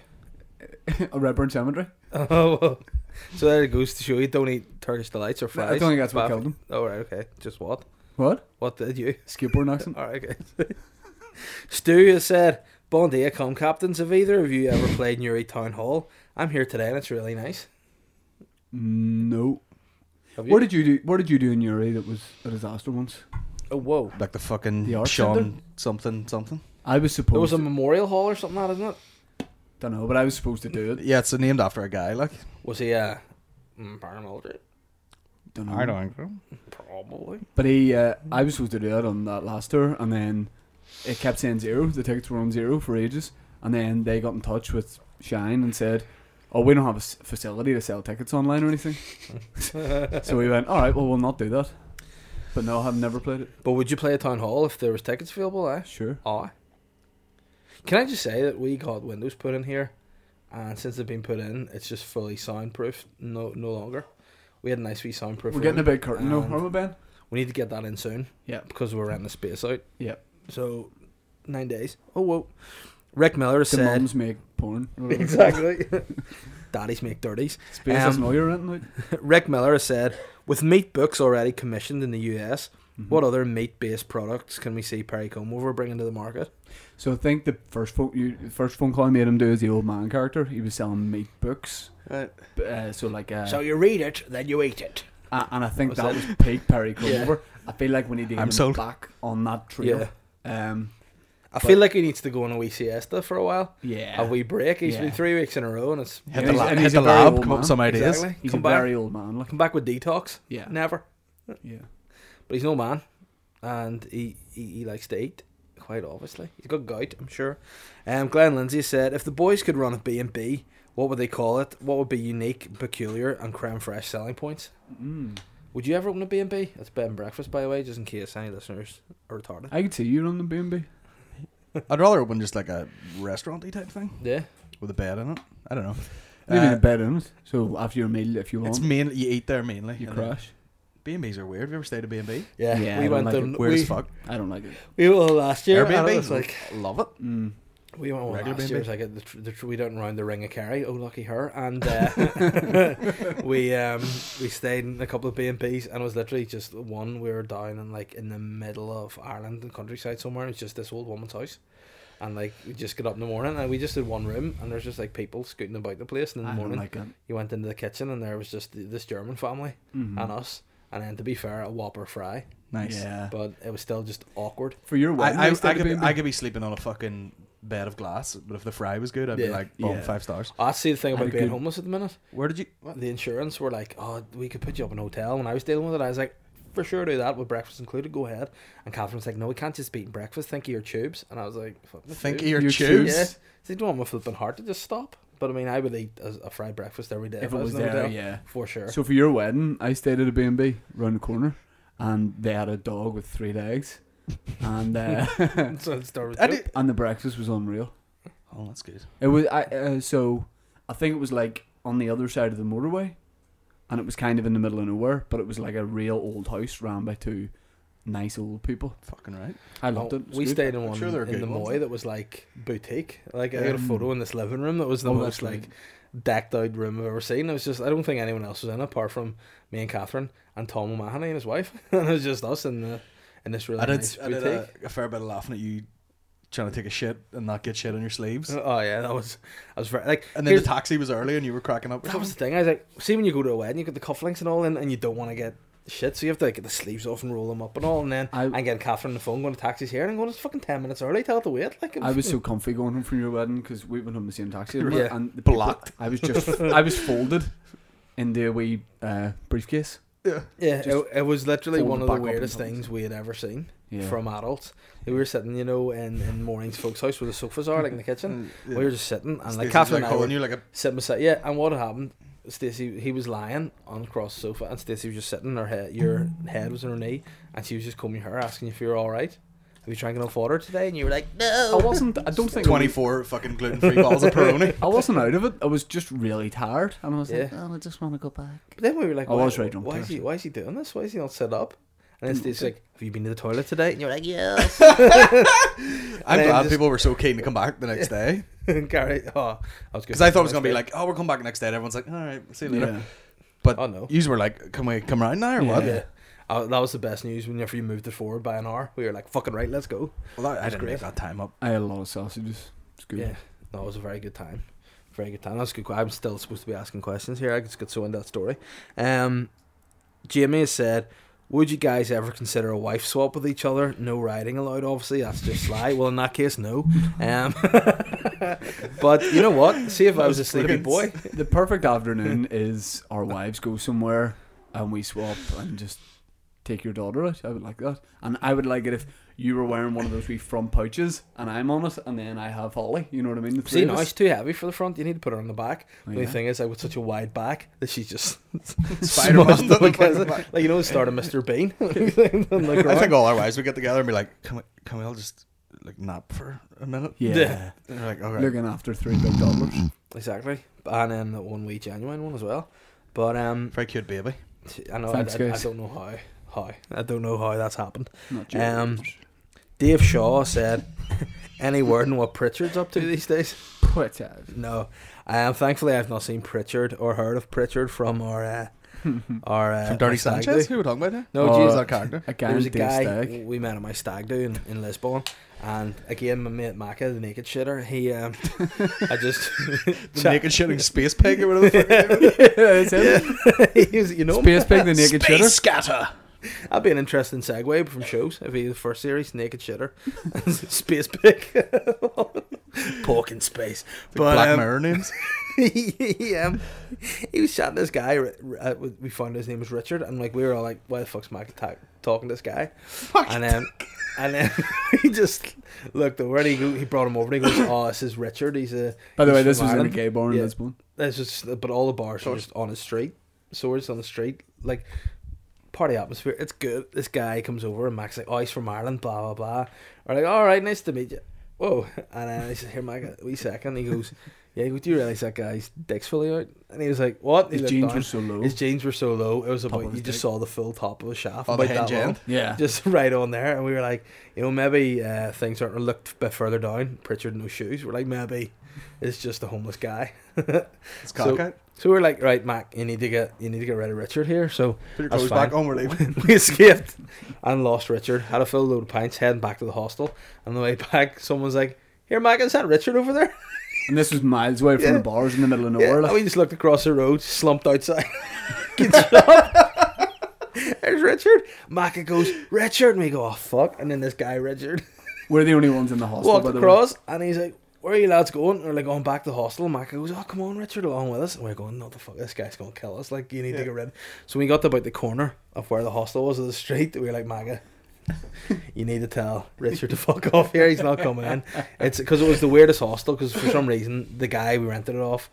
H: a Redburn Cemetery.
B: Oh, well. so there it goes to show you don't eat Turkish delights or
H: No, I
B: fries.
H: don't think that's what
B: But-
H: killed him.
B: Oh right, okay. Just what?
H: What?
B: What did you?
H: Skateboard accent.
B: All right, okay. Stu has said, "Bon dia, com captains. Have either of you ever played Newry Town Hall? I'm here today, and it's really nice.
H: No.
B: Have you?
H: Where did you do? Where did you do in Uri that was a disaster once?
B: oh, whoa.
C: Like the fucking
H: The arts
C: Sean
H: center?
C: something something.
H: I was supposed.
B: There was a
H: to,
B: memorial hall or something, that isn't it?
H: don't know, but I was supposed to do it.
C: Yeah, it's named after a guy. Like
B: Was he uh, mm, Barnum Aldrich?
H: Don't know.
C: don't. know.
B: Probably.
H: But he, uh, I was supposed to do it on that last tour, and then it kept saying zero. The tickets were on zero for ages, and then they got in touch with Shine and said, "Oh, we don't have a s- facility to sell tickets online or anything." so we went, "All right, well, we'll not do that." But no, I've never played it.
B: But would you play a town hall if there was tickets available? Eh?
H: Sure.
B: Aye. Can I just say that we got windows put in here, and since they've been put in, it's just fully soundproof. No, no longer. We had a nice wee soundproof.
H: We're getting a
B: room,
H: big curtain, though,
B: and
H: aren't we, Ben?
B: We need to get that in soon
H: Yeah.
B: because we're renting the space out.
H: Yeah.
B: So nine days. Oh whoa. Rick Miller
H: The
B: said
H: mums make porn. or whatever.
B: exactly. Daddies make dirties.
H: Space
B: Um,
H: doesn't know you're renting it.
B: Rick Miller has said, with meat books already commissioned in the US,
H: Mm-hmm.
B: what other meat-based products can we see Perry Comover bringing to the market?
H: So I think the first phone, you, the first phone call I made him do is the old man character. He was selling meat books.
C: Right.
H: B- Uh, so like uh,
J: So you read it, then you eat it.
H: A- and I think that was peak Perry Comover. I feel like we need to get
C: I'm
H: him
C: sold.
H: back on that trail. Um,
B: I feel like he needs to go on a wee siesta for a while.
H: Yeah.
B: A wee break. He's
H: Yeah.
B: been three weeks in a row and it's
C: Hit
H: he's-
C: the, la-
H: and
C: hit
H: he's
C: the
H: a very
C: lab,
H: old
C: come up
H: man.
C: with some ideas.
B: Exactly.
H: he's
B: Come
H: a
B: back.
H: very old man. Like,
B: come back with detox.
H: Yeah.
B: Never.
H: yeah.
B: But he's no man. And he, he, he likes to eat, quite obviously. He's got gout, I'm sure. Um, Glenn Lindsay said, if the boys could run a B&B, what would they call it? What would be unique, peculiar, and creme fresh selling points?
H: Mm.
B: Would you ever open a B&B? That's bed and breakfast, by the way, just in case any listeners are retarded.
H: I could see you on the B&B.
C: I'd rather open just like a restauranty type thing
B: Yeah.
C: with a bed in it. I don't know.
H: I live in
C: Uh,
H: a bed in it. So after your meal, if you
C: It's
H: want,
C: mainly you eat there mainly.
H: you crash.
C: B and B's are weird. Have you ever stayed at B and B?
B: Yeah.
H: Yeah, I
B: we
H: don't
B: went
H: like
B: to
H: it.
C: Weird
B: we,
C: as fuck.
H: I don't like it.
B: we were last year. and it
C: Airbnb,
B: was like
C: love it.
H: Mm.
B: We went one
C: Regular
B: last
C: B&B.
B: year. It was like a, the, tr- the, tr- we don't round the ring of Kerry. Oh, lucky her! And uh, we um, we stayed in a couple of B and B's, and it was literally just one. We were down in like in the middle of Ireland, the countryside somewhere. and It's just this old woman's house, and like we just get up in the morning, and we just did one room, and there's just like people scooting about the place. And in
H: I
B: the
H: don't
B: morning,
H: like it.
B: you went into the kitchen, and there was just th- this German family
H: Mm-hmm.
B: and us. And then, to be fair, a Whopper fry,
C: Nice.
H: Yeah.
B: but it was still just awkward.
H: For your wedding,
C: I, I,
H: you
C: I,
H: stayed
C: could be,
H: at
C: I
H: B&B.
C: could be sleeping on a fucking bed of glass, but if the fry was good, I'd be
B: Yeah.
C: like, boom,
H: Yeah.
C: five stars.
B: I see the thing about
H: a
B: being
H: good-
B: homeless at the minute.
C: Where did you? What?
B: the insurance were like, oh, we could put you up in a hotel. When I was dealing with it, I was like, for sure do that with breakfast included. Go ahead. And Catherine was like, no, we can't just be eating breakfast. Think of your tubes. And I was like, Fuck the
C: Think of
B: tubes.
C: your
H: Your
C: tubes.
H: tubes.
B: Yeah. So you don't want my flipping heart to just stop. But I mean, I would eat a, a fried breakfast every day if,
H: it
B: I was,
H: was
B: in a
H: there,
B: hotel.
H: yeah.
B: for sure.
H: So for your wedding, I stayed at a B&B round the corner, and they had a dog with three legs, and uh,
B: so let's start with
C: I
B: you.
C: did-
H: and the breakfast was unreal.
C: Oh, that's good.
H: It was I uh, so I think it was like on the other side of the motorway,
A: and it was kind of in the middle of nowhere, but it was like a real old house ran by two nice old people.
C: Fucking right.
A: I
B: Oh,
A: loved it. it was
B: we
A: good.
B: stayed in one
C: sure they're
B: in the
C: good ones.
B: Moy that was like boutique. Like I got a photo in this living room that was the
A: Oh, that's
B: most
A: right.
B: like decked out room I've ever seen. It was just I don't think anyone else was in it apart from me and Catherine and Tom O'Mahony and his wife. and it was just us in the in this really
C: I did,
B: nice
C: I did uh,
B: boutique.
C: a, a fair bit of laughing at you trying to take a shit and not get shit on your sleeves.
B: Oh yeah, that was I was very like
C: And then the
B: here's-
C: taxi was early and you were cracking up.
B: that was the thing. I was like, see when you go to a wedding, you get the cufflinks and all, and, and you don't want to get shit, so you have to like, get the sleeves off and roll them up and all, and then
A: I-
B: I, am getting Catherine on the phone going to taxis here, and I'm going, it's fucking ten minutes early. Tell her to wait. Like it
A: I was so comfy going home from your wedding because we went home in the same taxi. didn't we?
B: Yeah.
A: and the people-
C: Blocked.
A: I was just I was folded in the wee uh, briefcase.
B: Yeah,
A: Just
B: it, it was literally
A: fold
B: one
A: it
B: of the
A: back up and
B: weirdest
A: put it
B: things we had ever seen
A: Yeah.
B: from adults. We were sitting, you know, in, in Maureen's folks' house where the sofas are, like in the kitchen.
C: Mm, yeah.
B: We were just sitting, and like
C: Stacey's,
B: Catherine and I
C: holding
B: were
C: you like a
B: sitting beside. Yeah, and what had happened? Stacey, he was lying on across the sofa, and Stacey was just sitting. Her head, your head was on her knee, and she was just combing her, asking if you were all right. Have you drank enough water today? And you were like,
A: I
B: no.
A: wasn't. I don't think I was-
C: 24 fucking gluten free balls of Peroni.
A: I wasn't out of it. I was just really tired, and I was like,
B: Yeah.
A: "Oh, I just want to go back."
B: But then we were like,
A: I
B: why,
A: was right drunk
B: why
A: there,
B: is he?
A: so.
B: Why is he doing this? Why is he not set up? And then Stacey's like, Have you been to the toilet today? And you're like, Yeah.
C: I'm
B: then
C: glad
B: just-
C: people were so keen to come back the next day.
B: Gary, oh, I was
C: Because I thought it was going to be like, oh, we'll come back the next day. And everyone's like, all right, see you later.
A: Yeah.
C: But
B: Oh, no.
C: you were like, can we come around now or what?
B: Yeah. Uh, that was the best news whenever you moved it forward by an hour. We were like, fucking right, let's go.
C: Well, that, I
B: That's
C: didn't
B: great.
C: make that time up.
A: I had a lot of sausages. It's good.
B: Yeah. No, it was a very good time. Very good time. That's good. que- I'm still supposed to be asking questions here. I just got so into that story. Um, Jamie has said, Would you guys ever consider a wife swap with each other? No riding allowed, obviously. That's just sly. well, in that case, no. Um, but you know what? See if I was a sleepy boy.
A: The perfect afternoon is our wives go somewhere and we swap and just take your daughter out. I would like that, and I would like it if you were wearing one of those wee front pouches and I'm on it, and then I have Holly. You know what I mean? The three
B: See,
A: of
B: no,
A: us.
B: it's too heavy for the front. You need to put her on the back. the only
A: yeah.
B: thing is, I with such a wide back that she's just
C: Spider-Man
B: smushed up
C: on the
B: against
C: fucking
B: it.
C: back.
B: Like you know, the start of Mr. Bean. On the
C: I think
B: ground.
C: all our wives would get together and be like, can we, can we all just like nap for a minute?
A: yeah.
B: Yeah.
C: And they're like, all right.
A: Looking after three big dollars.
B: exactly, and then that one wee genuine one as well. But um,
C: Very cute baby.
B: I know
A: Thanks,
B: I, I, I
A: guys.
B: don't know how how I don't know how that's happened.
A: Not your
B: Um, Dave Shaw said, "Any word on what Pritchard's up to these days?"
A: put out.
B: No, um, thankfully I've not seen Pritchard or heard of Pritchard from our uh, our uh,
C: From Dirty
B: our stag
C: Sanchez?
B: do.
C: Who were talking about now?
A: Oh,
B: No, Jesus.
C: Who's that character?
A: A guy
B: There was a
A: named Dave
B: guy
A: Stag.
B: we met at my stag do in, in Lisbon, and again my mate Maka, the naked shitter, he um, I just
C: The naked shitting space pig or whatever the fuck
A: it's him.
B: he was, you know,
A: Space Pig, the naked
C: Space
A: shitter.
C: scatter.
B: that'd be an interesting segue from shows. If he the first series, naked shitter, space pig, pork in space, but
C: Black
B: um,
C: Mirror names.
B: he, he, um, he was shouting this guy. Ri- Ri- Uh, we found his name was Richard, and like we were all like, "Why the fuck's Mike ta- talking to this guy?" and then, and then he just looked over and he, go- he brought him over. and He goes, "Oh, this is Richard. He's a."
A: By the
B: he's
A: way,
B: from
A: this was in a
B: Ireland."
A: gay bar in
B: Yeah.
A: Lisbon.
B: This was, but all the bars are just on the street. So we're just on the street, like party atmosphere. It's good. This guy comes over and Mac's like, "Oh, he's from Ireland." Blah blah blah. We're like, "All right, nice to meet you." Whoa! And then he says, "Here, Mac, a wee second. He goes, "Yeah, he goes, do you realize that guy's dick's fully out?" And he was like, "What?" He
A: His
B: looked
A: jeans were so low.
B: His jeans were so low. It was
A: of
B: about
A: his
B: you just
A: dick.
B: saw the full top of his shaft.
C: Oh, the
B: about that
C: hinge
B: long
C: end?
A: Yeah.
B: just right on there, and we were like, you know, maybe uh, things aren't looked a bit further down. Pritchard no shoes. We're like, maybe it's just a homeless guy.
C: It's
B: so,
C: cockeyed.
B: so we're like, right, Mac, you need to get you need to get rid of Richard here. So
C: Put your
B: that's
C: clothes back
B: fine.
C: on, we're leaving.
B: we escaped and lost Richard. Had a full load of pints, heading back to the hostel. On the way back, someone's like, "Here, Mac, is that Richard over there?"
A: And this was miles away from
B: Yeah.
A: the bars in the middle of
B: Yeah,
A: nowhere. like-
B: and we just looked across the road, slumped outside. Good job. There's Richard. Maca goes, Richard. And we go, oh, fuck. And then this guy, Richard,
A: we're the only ones in the hostel.
B: walked
A: by the
B: across and he's like, where are you lads going? And we're like, going back to the hostel. And Maca goes, oh, come on, Richard, along with us. And we're going, no, the fuck, this guy's going to kill us. Like, you need to get rid. So we got to about the corner of where the hostel was of the street. We were like, Maca, you need to tell Richard to fuck off here. He's not coming in. It's because it was the weirdest hostel. Because for some reason, the guy we rented it off,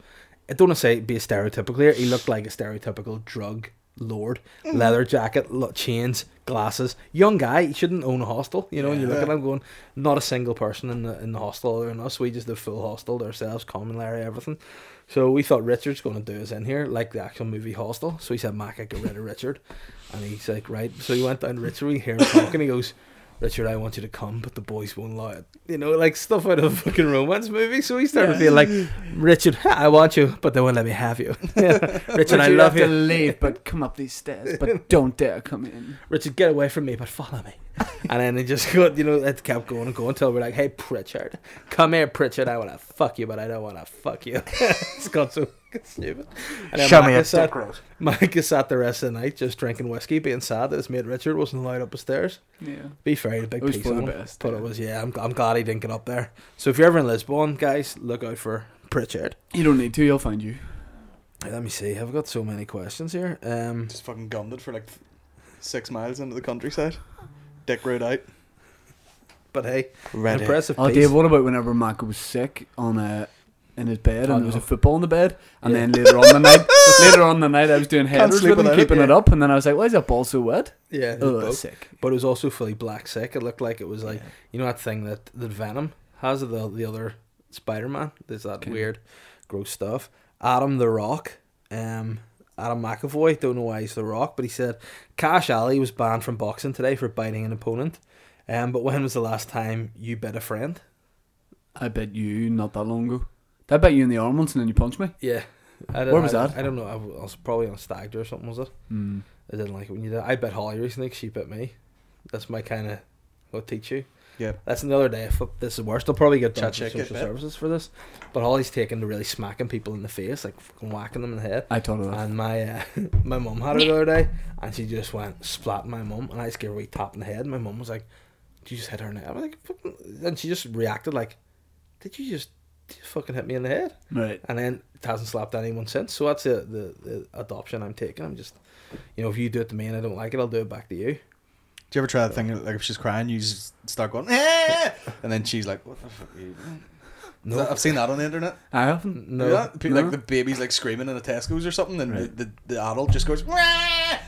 B: I don't want to say be stereotypical here. He looked like a stereotypical drug lord, leather jacket, lo- chains, glasses. Young guy, he shouldn't own a hostel, you know. And you look at him going, not a single person in the in the hostel other than us. We just the full hostel to ourselves, common area, everything. So we thought Richard's going to do us in here, like the actual movie Hostel. So he said, Mac, I get rid of Richard. And he's like, right. So he went down to Richard, we hear him talking, he goes, Richard, I want you to come, but the boys won't allow it. You know, like stuff out of a fucking romance movie. So he started being like, Richard, ha, I want you, but they won't let me have you. Richard, I
A: Richard,
B: love
A: have to
B: you.
A: leave, but come up these stairs, but don't dare come in.
B: Richard, get away from me, but follow me. and then it just got, you know, it kept going and going until we're like, hey, Pritchard, come here, Pritchard. I want to fuck you, but I don't want to fuck you. it's got so stupid. And then
F: Show me
B: Micah
F: a
B: sat-
F: dick road.
B: Micah sat the rest of the night just drinking whiskey, being sad that his mate Richard wasn't allowed up the stairs.
A: Yeah.
B: Be fair, he had a big
A: It was
B: piece
A: for
B: on
A: the
B: him,
A: best,
B: But
A: yeah.
B: it was, yeah, I'm, I'm glad he didn't get up there. So if you're ever in Lisbon, guys, look out for Pritchard.
A: You don't need to, he'll find you.
B: Hey, Let me see. I've got so many questions here. Um,
C: Just fucking gunned it for like six miles into the countryside. Dick road out.
B: but hey,
C: Ready.
B: impressive
A: Oh,
B: piece.
A: Dave, what about whenever Mac was sick on a in his bed and
B: Oh,
A: there was
B: no.
A: a football in the bed, and
B: Yeah.
A: then later on the night, later on the night, I was doing headers
C: sleep
A: with him,
C: without it,
A: keeping it
C: yeah.
A: up, and then I was like, "Why is that ball so wet?"
B: Yeah, it was
A: Oh,
B: both.
A: that's sick.
B: but it was also fully black sick. It looked like it was like you know that thing that the Venom has of the the other Spider Man. There's that weird, gross stuff. Adam the Rock, um, Adam McAvoy. Don't know why he's the Rock, but he said Cash Alley was banned from boxing today for biting an opponent. Um, but when was the last time you bit a friend?
A: I bet you not that long ago. Did I bet you in the arm once, and then you punched me.
B: Yeah. I don't,
A: Where was
B: I,
A: that?
B: I don't know. I was probably on a stag do or something, was it?
A: Mm.
B: I didn't like it when you did. I bit Holly recently 'cause she bit me. That's my kind of. I'll teach you.
C: Yeah.
B: That's another day. If this is worse, they'll probably get done
C: Chat
B: for
C: check,
B: social
C: yeah.
B: services for this. But Holly's taken to really smacking people in the face, like fucking whacking them in the head.
A: I thought of that.
B: And my uh, my mum had her the other day, and she just went splat my mum, and I just gave her a wee tap in the head. And my mum was like, "Did you just hit her in the head?" I was like, fucking, and she just reacted like, "Did you just, did you fucking hit me in the head?"
A: Right.
B: And then it hasn't slapped anyone since. So that's the, the the adoption I'm taking. I'm just, you know, if you do it to me and I don't like it, I'll do it back to you.
C: Do you ever try that thing like if she's crying, you just start going, eh! and then she's like, "What the fuck?" Are you doing?"
B: No.
C: I've seen that on the internet.
A: I haven't.
B: No,
C: You know that? Pe-
A: No.
C: Like the baby's like screaming in a Tesco's or something, and the, the, the adult just goes, "Wah!"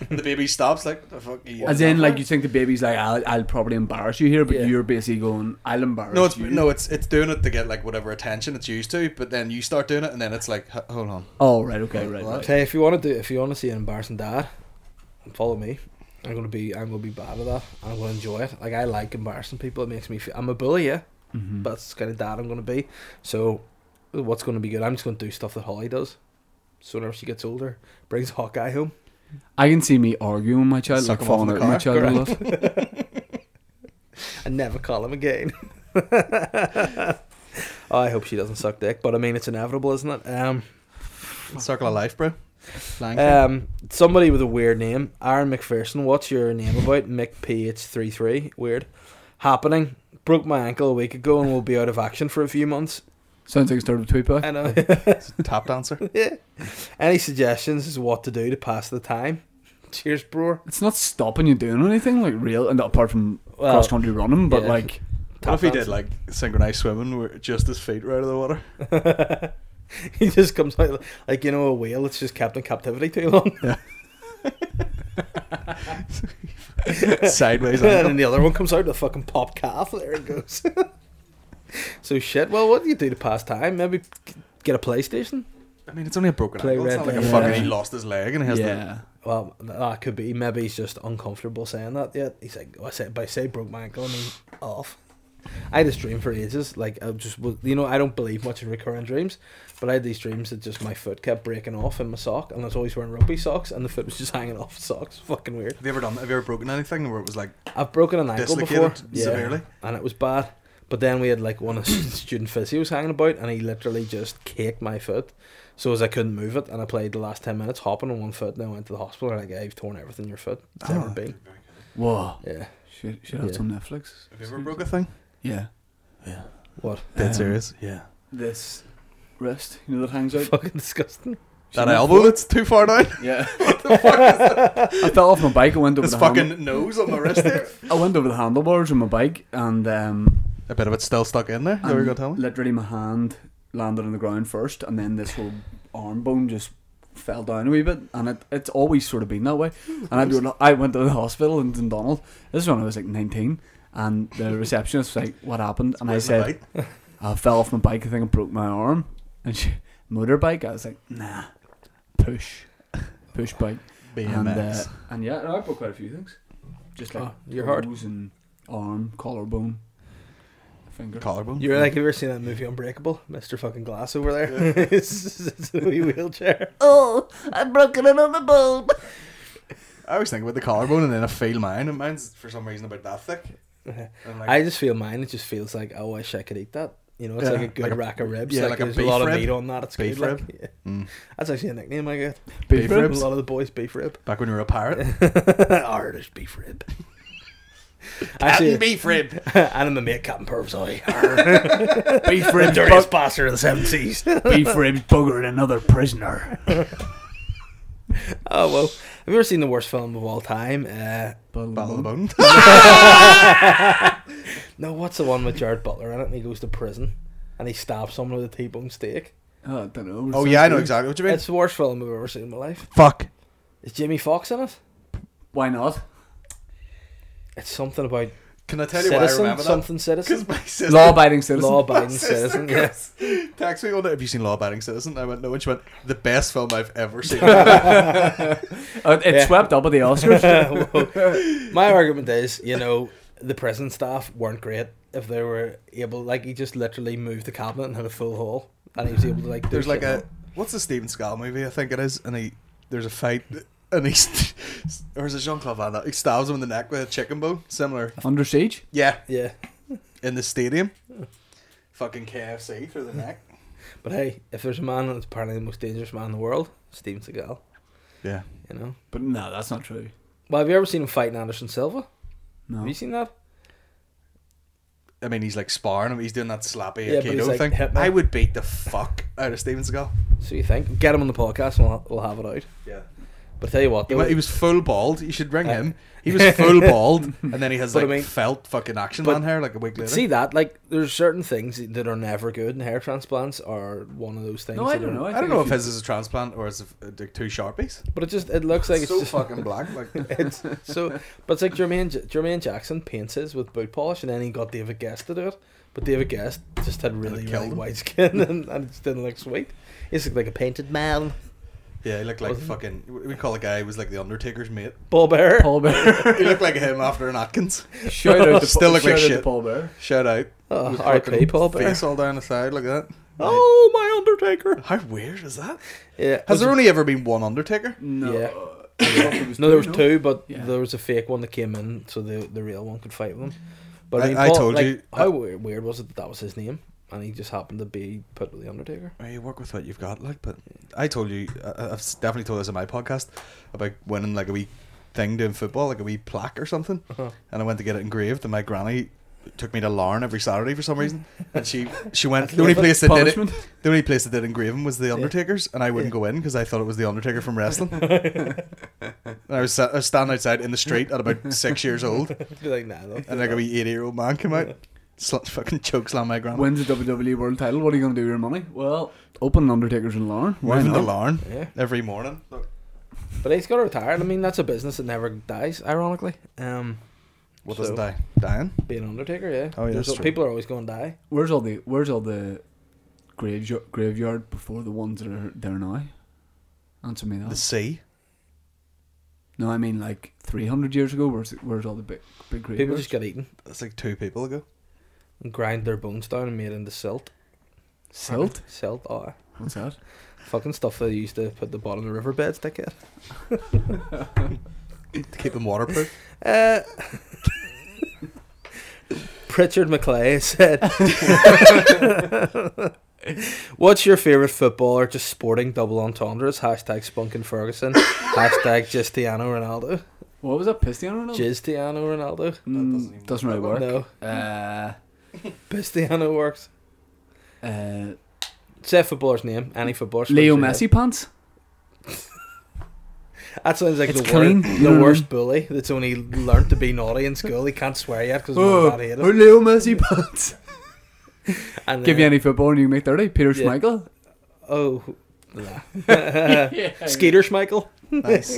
C: and the baby stops. Like "What the fuck. Are you
A: As
C: doing
A: in,
C: that
A: like
C: for?"
A: you think the baby's like, "I'll, I'll probably embarrass you here," but
B: Yeah.
A: you're basically going, "I'll embarrass
C: No, it's
A: you."
C: no, it's it's doing it to get like whatever attention it's used to, but then you start doing it, and then it's like, "H- hold on,
A: Oh, right. Okay. Right.
C: Well,
A: right.
B: Hey, if you want to do, if you want to see an embarrassing dad, follow me. I'm gonna be, I'm gonna be bad at that. I'm gonna enjoy it. Like I like embarrassing people. It makes me feel. I'm a bully, yeah. But that's the kind of dad I'm gonna be. So, what's gonna be good? I'm just gonna do stuff that Holly does. So whenever she gets older, brings Hawkeye home.
A: I can see me arguing with my child,
C: Suck
A: like
C: him off in
A: falling out
C: the
A: with my
C: car.
A: child. and love.
B: and never call him again. oh, I hope she doesn't suck dick, but I mean it's inevitable, isn't it? Um,
C: circle of life, bro." Lang-
B: um, somebody with a weird name, Aaron McPherson. What's your name about? McPH33. Weird. Happening. Broke my ankle a week ago and will be out of action for a few months.
A: Sounds like a start of a tweet back.
B: I know.
C: tap dancer.
B: Any suggestions as to what to do to pass the time? Cheers, bro.
A: It's not stopping you doing anything like real, and apart from
B: Well,
A: cross country running, but
B: yeah.
A: like
C: What if he did like synchronized swimming, where just his feet were out of the water?
B: he just comes out like you know a whale that's just kept in captivity too long.
C: Sideways.
B: and
C: angle.
B: then the other one comes out with a fucking pop calf. There it goes. so shit. Well, what do you do to pass time? Maybe get a PlayStation.
C: I mean, it's only a broken
B: Play
C: ankle. It's
B: red
C: not like a
B: light.
C: fucking he lost his leg and he has to.
A: yeah,
B: Well, that could be. Maybe he's just uncomfortable saying that. Yet he's like, oh, I said, by say broke my ankle, I mean off. I had this dream for ages. Like I just, was- you know, I don't believe much in recurring dreams, but I had these dreams that just my foot kept breaking off in my sock, and I was always wearing rugby socks, and the foot was just hanging off the socks. Fucking weird.
C: Have you ever done? Have you ever broken anything where it was like
B: I've broken an ankle before,
C: Dislocated severely?
B: and it was bad. But then we had like one of the student physios hanging about, and he literally just caked my foot. So as I couldn't move it, and I played the last ten minutes hopping on one foot, and I went to the hospital. And like, I've torn everything in your foot. It's
C: "Ah,
B: ever been.
A: whoa,
B: Yeah.
A: should should have
B: Yeah.
A: some Netflix.
C: Have you ever broke a thing?
A: Yeah,
B: What?
C: Dead
A: Um,
C: serious. Yeah.
A: this wrist, you know that hangs out.
B: Fucking disgusting.
C: That elbow that's too far down.
A: Yeah, I fell off my bike. I went over
C: His
A: the
C: fucking
A: handle-
C: nose on my wrist there.
A: I went over the handlebars on my bike, and um,
C: A bit of it's still stuck in there. There we
A: and
C: go, Tommy.
A: literally my hand landed on the ground first, and then this whole arm bone just
H: fell down a wee bit, and it, it's always sort of been that way. And I, don't know- I went to the hospital in Dundonald. This is when I was like 19, and the receptionist was like, "What happened?" And
B: uh,
H: I
C: Where's the
H: said, "I fell off my bike. I think I broke my arm." And she, motorbike. I was like, "Nah, push, push bike." And, uh,
C: BMX.
H: and yeah, no, I broke quite a few things. Just like
B: Oh, your heart.
H: toes and arm, collarbone, finger.
C: Collarbone.
B: uh, You're like, have you ever seen that movie Unbreakable? Mr. Fucking Glass over there. it's, it's in a wee wheelchair.
C: I always think about the collarbone and then I feel mine, and mine's for some reason about that thick. And like,
B: I just feel mine. It just feels like oh, I wish I could eat that. You know, it's
C: Yeah,
B: like a good
C: like a-
B: rack of ribs.
C: yeah,
B: like,
C: like a
B: there's a,
C: beef
B: lot of
C: rib.
B: meat on that. It's
C: Beef
B: good. like,
C: rib. Mm.
B: yeah. That's actually a nickname I got.
H: Beef
C: Beef ribs.
B: A lot of the boys beef rib.
C: back when you were a pirate.
B: Irish beef rib. actually,
C: beef rib.
B: and I'm a mate, Captain Purves. oh, I
H: beef ribs,
B: dirtiest bastard of the seven seas.
H: beef ribs, buggered another prisoner.
B: oh well. Have you ever seen the worst film of all time? Uh,
C: Battle of the bone.
B: no, what's the one with Jared Butler in it? And he goes to prison, and he stabs someone with a T-bone steak.
H: Oh, I don't know.
C: oh yeah, I know exactly what you mean.
B: It's the worst film I've ever seen in my life.
C: fuck.
B: Is Jimmy Fox in it?
H: Why not?
B: It's something about
C: Can I tell you why I
B: citizen,
C: remember
B: something
C: that? Because
B: citizen,
C: my sister.
H: Law-abiding citizen.
B: law abiding citizen. Yeah.
C: Yes. Text me on it. Have you seen Law Abiding Citizen? I went no, and she went the best film I've ever seen. yeah,
H: Uh, it
B: Yeah.
H: swept up at the Oscars.
B: My argument is, you know, the prison staff weren't great. If they were able, like, he just literally moved the cabinet and had a full hall, and he was able to like. do
C: there's like
B: shit.
C: a what's the Steven Seagal movie? I think it is, and he there's a fight, and he st- or is it Jean Claude Van Damme? He stabs him in the neck with a chicken bone, similar.
H: Under siege.
C: Yeah,
B: Yeah,
C: in the stadium. Fucking KFC through the neck.
B: but hey, if there's a man that's apparently the most dangerous man in the world, Steven Seagal.
C: Yeah.
B: You know.
H: But no, that's not true.
B: Well, have you ever seen him fighting Anderson Silva?
H: No.
B: Have you seen that?
C: I mean, he's like sparring him. He's doing that slappy
B: Yeah, but he's,
C: Aikido
B: like,
C: thing.
B: hitman.
C: I would beat the fuck out of Steven Seagal.
B: So you think? Get him on the podcast, and we'll, we'll have it out.
C: Yeah.
B: But tell you what,
C: He,
B: though,
C: went, he was full bald. You should ring
B: Uh,
C: him. He was full bald, and then he has
B: But I
C: like
B: mean-
C: felt fucking action
B: but-
C: man hair like a week later.
B: See that? Like, there's certain things that are never good, and hair transplants are one of those things.
H: No, I
B: that
H: don't
B: are-
H: know.
C: I don't
H: think
C: know
H: you
C: if his is a transplant or is it like two sharpies.
B: But it just it looks like it's
C: so
B: just,
C: fucking black. Like
B: it's so. But it's like Jermaine J- Jermaine Jackson paints his with boot polish, and then he got David Guest to do it. But David Guest just had really, really
C: it killed him.
B: white skin, and, and it just didn't look sweet. He's like a painted man.
C: yeah, he looked like
B: Wasn't-
C: fucking. We call a guy who was like the Undertaker's mate.
B: Paul Bear.
H: Paul Bear.
C: He looked like him after an Atkins.
H: shout out to
C: Still look
H: shout
C: like
H: out to
C: shit.
H: Paul Bear.
C: Shout out.
B: Oh,
C: With
B: R.I.P.
C: fucking
B: Paul Bear.
C: Face all down the side like that.
B: Oh, my Undertaker.
C: How weird is that?
B: Yeah.
C: Has there only ever been uh, one Undertaker?
H: No.
B: Yeah.
H: Yeah.
B: no, there was two, but
H: Yeah.
B: there was a fake one that came in, so the the real one could fight with him. But I,
C: I-
B: mean,
C: I
B: Paul,
C: told
B: like,
C: you-
B: how we- weird was it that that was his name, and he just happened to be put with the Undertaker.
C: Well, you work with what you've got, like. But I told you, I, I've s- definitely told this on my podcast about winning like a wee thing doing football, like a wee plaque or something. And I went to get it engraved, and my granny took me to Larne every Saturday for some reason, and she she went. the only place that did it,
H: Punishment.
C: the only place that did engraving was the Undertaker's, and I wouldn't go in because I thought it was the Undertaker from wrestling. and I was, sa- I was standing outside in the street at about six years old,
B: Be like, nah, no.
C: and like a wee eighty year old man came out, sl- fucking choke slam my granny.
H: Wins the WWE World Title. What are you going to do with your money? Well, open an Undertaker's in Lauren. Why
C: Moving to
H: not?
C: Larne
B: Yeah.
C: every morning.
B: But he's got to retire. I mean, that's a business that never dies. Ironically, um,
C: What
B: So-
C: doesn't die? Dying.
B: being Undertaker, yeah.
C: Oh, yeah,
B: There's-
C: that's true.
B: people are always going to die.
H: Where's all the Where's all the graveyard graveyard before the ones that are there now? Answer me that.
C: The sea.
H: No, I mean like 300 years ago. Where's Where's all the big big graveyards?
B: People just get eaten
C: That's like two people ago.
B: and grind their bones down and made into silt.
H: silt.
B: Silt, oh,
H: What's that?
B: fucking stuff they used to put the bottom of the riverbeds. Dickhead.
C: To keep them waterproof.
B: Uh, Pritchard McClay said, "What's your favorite footballer? Just sporting double entendres. Hashtag Spunkin Ferguson. Hashtag Gistiano Ronaldo.
H: What was that? Pistiano? Ronaldo?
B: Gistiano Ronaldo.
H: Mm,
C: doesn't even
H: doesn't really work.
B: No,
H: Uh,
B: Pistiano works.
H: uh,
B: Say a footballer's name. Any footballer's
H: Leo
B: name.
H: Messi pants.
B: That sounds like
H: It's
B: the,
H: clean,
B: Wor-
H: you know
B: the
H: what I
B: worst bully that's only learnt to be naughty in school. He can't swear yet because
H: Oh,
B: mum and dad hate him.
H: Leo Messi pants.
B: And
H: oh, Give you
B: then-
H: any football and you can make 30. Peter
B: Yeah.
H: Schmeichel.
B: Oh, Skeeter Schmeichel.
C: Nice.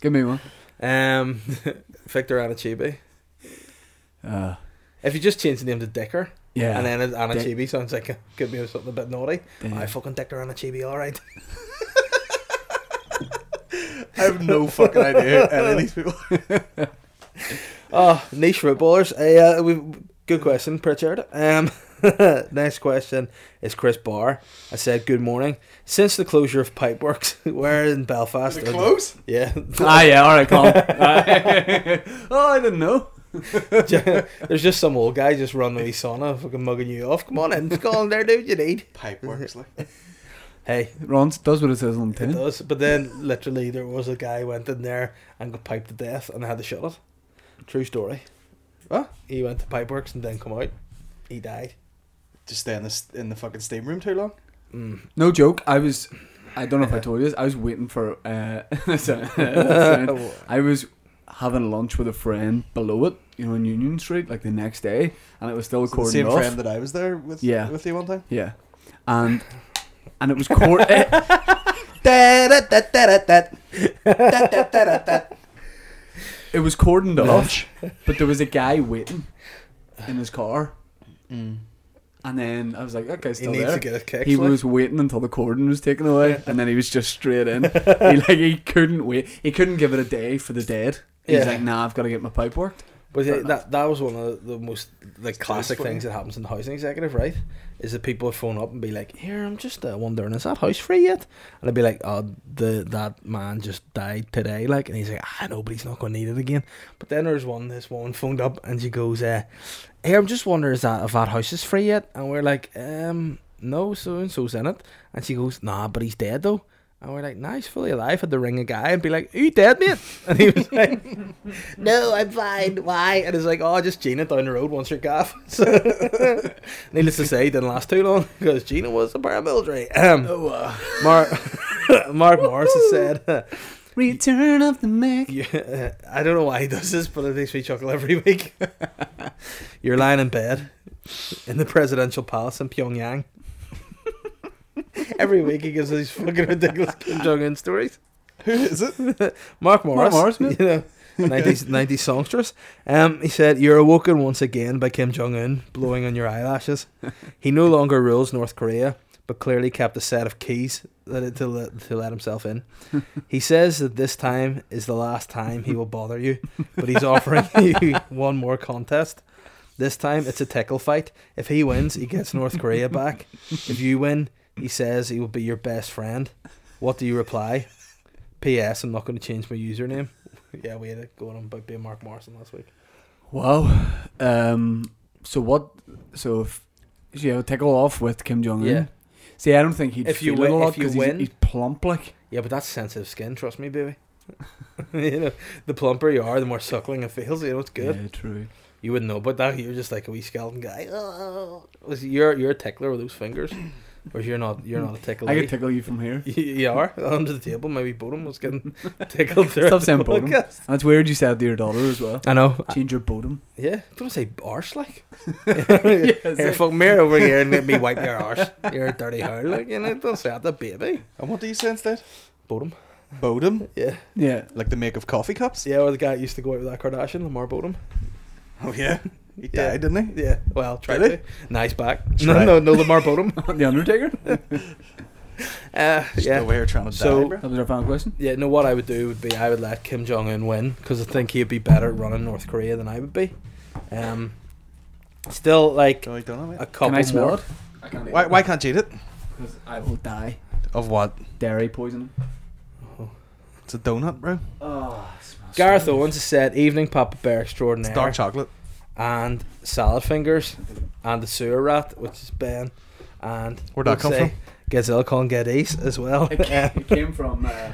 H: Give me one.
B: um, Victor Anachibi.
H: Uh,
B: If you just change the name to Dicker,
H: Yeah.
B: and then it- Anachibi sounds like a could be something a bit naughty. I fucking Dicker Anachibi, all right.
C: I have no fucking idea who any of these people. are.
B: Oh, niche footballers. Uh, yeah, we good question, Pritchard. Um, next question is Chris Barr. I said, "Good morning. Since the closure of Pipeworks, where in Belfast?
C: Is
B: are
C: it
B: the-
C: close?
B: Yeah,
H: ah, yeah, alright, Colin. oh, I didn't know.
B: there's just some old guy just running the wee sauna, fucking mugging you off. Come on in, go on there, do what you need.
C: Pipe works like.
B: Hey,
H: Ron does what it says on the
B: it
H: tin.
B: does. But then literally, there was a guy went in there and got piped to death, and they had to shut it. True story.
C: What?
B: He went to Pipeworks and then come out. He died.
C: Just stay in the s- in the fucking steam room too long.
H: No joke. I was. I don't know if I told you this. I was waiting for. Uh, that's it, that's it. I was having lunch with a friend below it, you know, in Union Street, like the next day, and it was still
C: The
H: cordoned
C: same
H: off.
C: friend that I was there with.
H: Yeah.
C: With you one time.
H: Yeah, and and it was eh. cordoned. it,
C: Da da da da da da da da da.
H: it was cordoned off, but there was a guy waiting in his car.
C: Mm.
H: And then I was like, that guy's
B: He
C: Oh,
H: still
B: needs to
H: there.
B: get his kicks,
H: he
B: like.
H: was waiting until the cordon was taken away, and then he was just straight in. he like he couldn't wait. He couldn't give it a day for the dead. He's
B: Yeah.
H: like, nah, I've got to get my pipe worked.
B: But yeah, that that was one of the most like classic things that happens in the housing executive, right? Is that people would phone up and be like, "Here, I'm just uh, wondering, is that house free yet?" And I'd be like, "Oh, the that man just died today," like, and he's like, "I know, but he's not going to need it again." But then there's one, this woman phoned up and she goes, uh, "Here, I'm just wondering, is that if that house is free yet?" And we're like, "Um, no, so and so's in it," and she goes, "Nah, but he's dead though." And we're like, nah, he's fully alive. Had to ring a guy and be like, Are you dead, mate? And he was like, no, I'm fine. Why? And it's like, oh, just Gina down the road once you're gaff. Needless to say, it didn't last too long because Gina was a paramilitary. Um, Mark, Mark Morris has said,
H: Return of the Mac.
B: yeah, I don't know why he does this, but it makes me chuckle every week. You're lying in bed in the presidential palace in Pyongyang. every week he gives us these fucking ridiculous Kim Jong Un stories.
C: Who is it?
B: Mark Morris,
H: Morris, mate.
B: you know, 90s, 90s songstress. Um, he said, "You're awoken once again by Kim Jong Un blowing on your eyelashes. He no longer rules North Korea, but clearly kept a set of keys that to let, to let himself in. He says that this time is the last time he will bother you, but he's offering you one more contest." This time it's a tickle fight. If he wins, he gets North Korea back. If you win, he says he will be your best friend. What do you reply? P.S. I'm not going to change my username. Yeah, we had it going on about being Mark Morrison last week.
H: Wow. Um. So what? So if you know, tickle off with Kim Jong Un.
B: Yeah.
H: See, I don't think he'd
B: If you
H: feel
B: win-
H: a lot
B: if you
H: because
B: win-
H: he's, he's plump like.
B: Yeah, but that's sensitive skin. Trust me, baby. you know, the plumper you are, the more suckling it feels. You know, it's good.
H: Yeah, true.
B: You wouldn't know about that. You're just like a wee skeleton guy. Oh, Was- you're you're a tickler with those fingers, whereas you're not. You're not a tickler.
H: I could tickle you from here.
B: You- You are under the table. Maybe Bodum was getting tickled. throughout
H: Stop
B: the
H: saying Bodum.
B: podcast.
H: That's weird. You said to your daughter as well.
B: I know.
H: Change your bottom.
B: Yeah, don't say arse like.
H: it's
B: here,
H: like-
B: fuck me over here and let me wipe your arse. You're a dirty hoe, like you know. Don't say that, to baby.
C: And what do you say instead?
B: Bodum.
C: Bodum,
B: Yeah,
H: Yeah.
C: like the make of coffee cups.
B: yeah. Or the guy that used to go out with that Kardashian, Lamar Bodum.
C: Oh yeah. He
B: Yeah.
C: died, didn't he?
B: Yeah. Well, try
C: Really?
B: to. Nice back.
C: Try.
B: No, no, no, Lamar Bodum.
H: the Undertaker.
B: Uh,
C: There's
B: yeah.
C: no way you're trying to
B: So-
C: die, bro.
H: That was our final question.
B: Yeah, no, what I would do would be I would let Kim Jong un win because I think he'd be better at running North Korea than I would be. Um, still, like,
C: No, you don't know, mate.
B: a couple
H: Can I smell
B: more.
H: it? I can't.
C: Why, why can't you eat it?
H: Because I will die.
C: Of what?
H: Dairy poisoning.
C: It's a donut, bro.
H: Oh,
B: Gareth Owens has said, Evening Papa Bear Extraordinaire.
C: Dark chocolate.
B: and Salad Fingers and the Sewer Rat, which is Ben. And
C: Where'd that
B: we'll
C: come
B: say
C: from?
B: Gazelle Con Get East as well.
H: It, ca- it came from. Uh,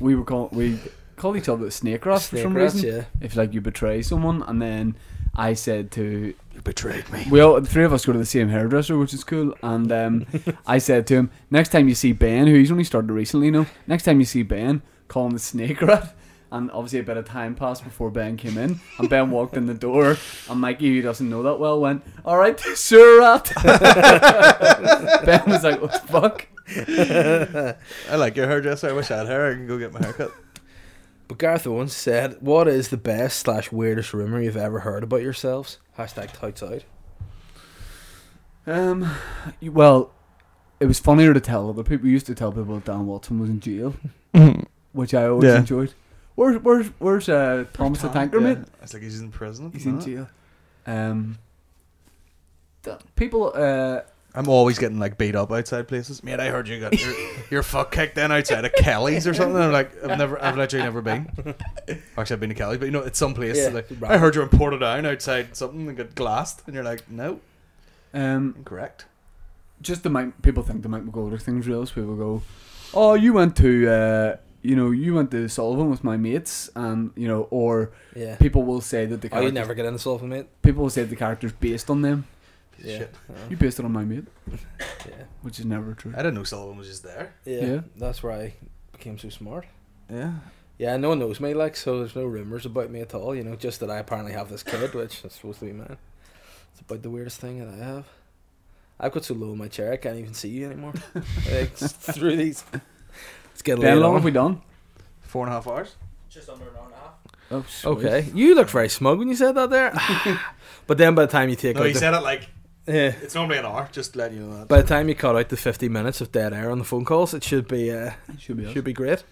H: we were call we called each other snake rats for
B: Snake
H: some
B: rats,
H: reason.
B: yeah.
H: If like you betray someone, and then I said to
C: You betrayed me.
H: we all the three of us go to the same hairdresser, which is cool. And um, I said to him, next time you see Ben, who he's only started recently, you know, next time you see Ben, call him the snake rat. And obviously, a bit of time passed before Ben came in, and Ben walked in the door, and Mikey, who doesn't know that well, went, "All right, sure, rat." ben was like, "What the fuck?"
C: I like your hairdresser. I wish I had hair. I can go get my haircut.
B: But Garth Owens said, "What is the best slash weirdest rumor you've ever heard about yourselves?" Hashtag tights out.
H: Um, you- well, it was funnier to tell other people. We used to tell people that Dan Watson was in jail, which I always
C: Yeah.
H: enjoyed. Where's where's where's uh, Thomas the Tanker
C: Yeah.
H: Mate?
C: It's like he's in prison.
H: He's in jail. Um, th- people. Uh,
C: I'm always getting like beat up outside places. Mate, I heard you got your, your fuck kicked in outside of Kelly's or something. I'm like, I've never, I've literally never been. Actually, I've been to Kelly's, but you know, it's some place.
B: Yeah.
C: like, I heard you're in Portadown outside something and got glassed, and you're like, no,
H: um,
C: incorrect.
H: just the Mike, people think the Mike McGolder thing's real. So people go, "Oh, you went to uh, you know you went to Sullivan with my mates," and you know, or
B: Yeah.
H: people will say that the
B: Oh, you
H: characters,
B: never get into Sullivan, mate.
H: people will say the characters based on them.
B: Yeah.
C: Shit.
H: You based it on my mate,
B: Yeah.
H: which is never true.
C: I didn't know Sullivan was just there.
B: yeah.
H: Yeah.
B: That's where I became so smart.
C: Yeah.
B: Yeah, no one knows me, like, so there's no rumors about me at all. You know, just that I apparently have this kid, which is supposed to be mine. It's about the weirdest thing that I have. I've got so low in my chair, I can't even see you anymore. like, just through these. Let's get
H: Ben,
B: laid
H: long
B: on.
H: have we done?
C: Four and a half hours.
K: Just under an hour and a half.
H: Oh, sweet.
B: Okay, you look very smug when you said that there. but then by the time you take
C: No,
B: out
C: he
B: the-
C: said it like
B: yeah,
C: it's normally an hour. Just letting you know that.
B: by the time you cut out the fifty minutes of dead air on the phone calls, it should be uh,
H: Should be. us.
B: should be great.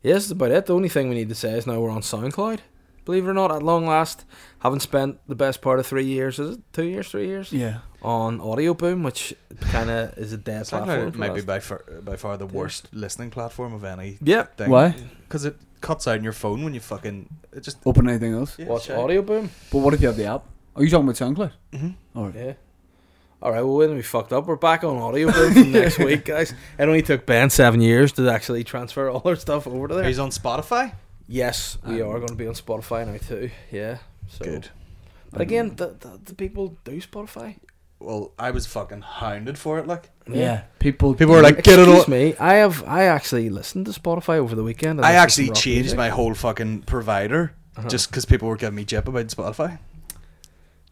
B: Yes, that's about it. The only thing we need to say is now we're on SoundCloud. Believe it or not, at long last, haven't spent the best part of three years. Is it two years, three years?
H: Yeah.
B: On Audio Boom, which kind of is a dead platform.
C: SoundCloud
B: for
C: might be
B: us.
C: by far, by far the worst listening platform of any
B: Yeah.
C: thing.
H: Why?
C: Because it cuts out on your phone when you fucking it just
H: Open anything else?
C: yeah,
B: Watch
C: shite.
B: Audio Boom.
H: But what if you have the app? Are you talking about SoundCloud?
B: Yeah. All right, well, when we fucked up, we're back on audio boom from next week, guys. It only took Ben seven years to actually transfer all our stuff over to there.
C: He's on Spotify.
B: yes, we
H: Um,
B: are going to be on Spotify now too. Yeah, so
C: Good.
B: But again, the, the, the people do Spotify.
C: Well, I was fucking hounded for it. Like
H: Yeah. People.
C: people were like,
B: Excuse
C: "Get it all."
B: me, I have I actually listened to Spotify over the weekend. and
C: I
B: listened to
C: actually
B: rock
C: changed
B: music. Uh-huh.
C: my whole fucking provider just 'cause just because people were giving me jip about Spotify.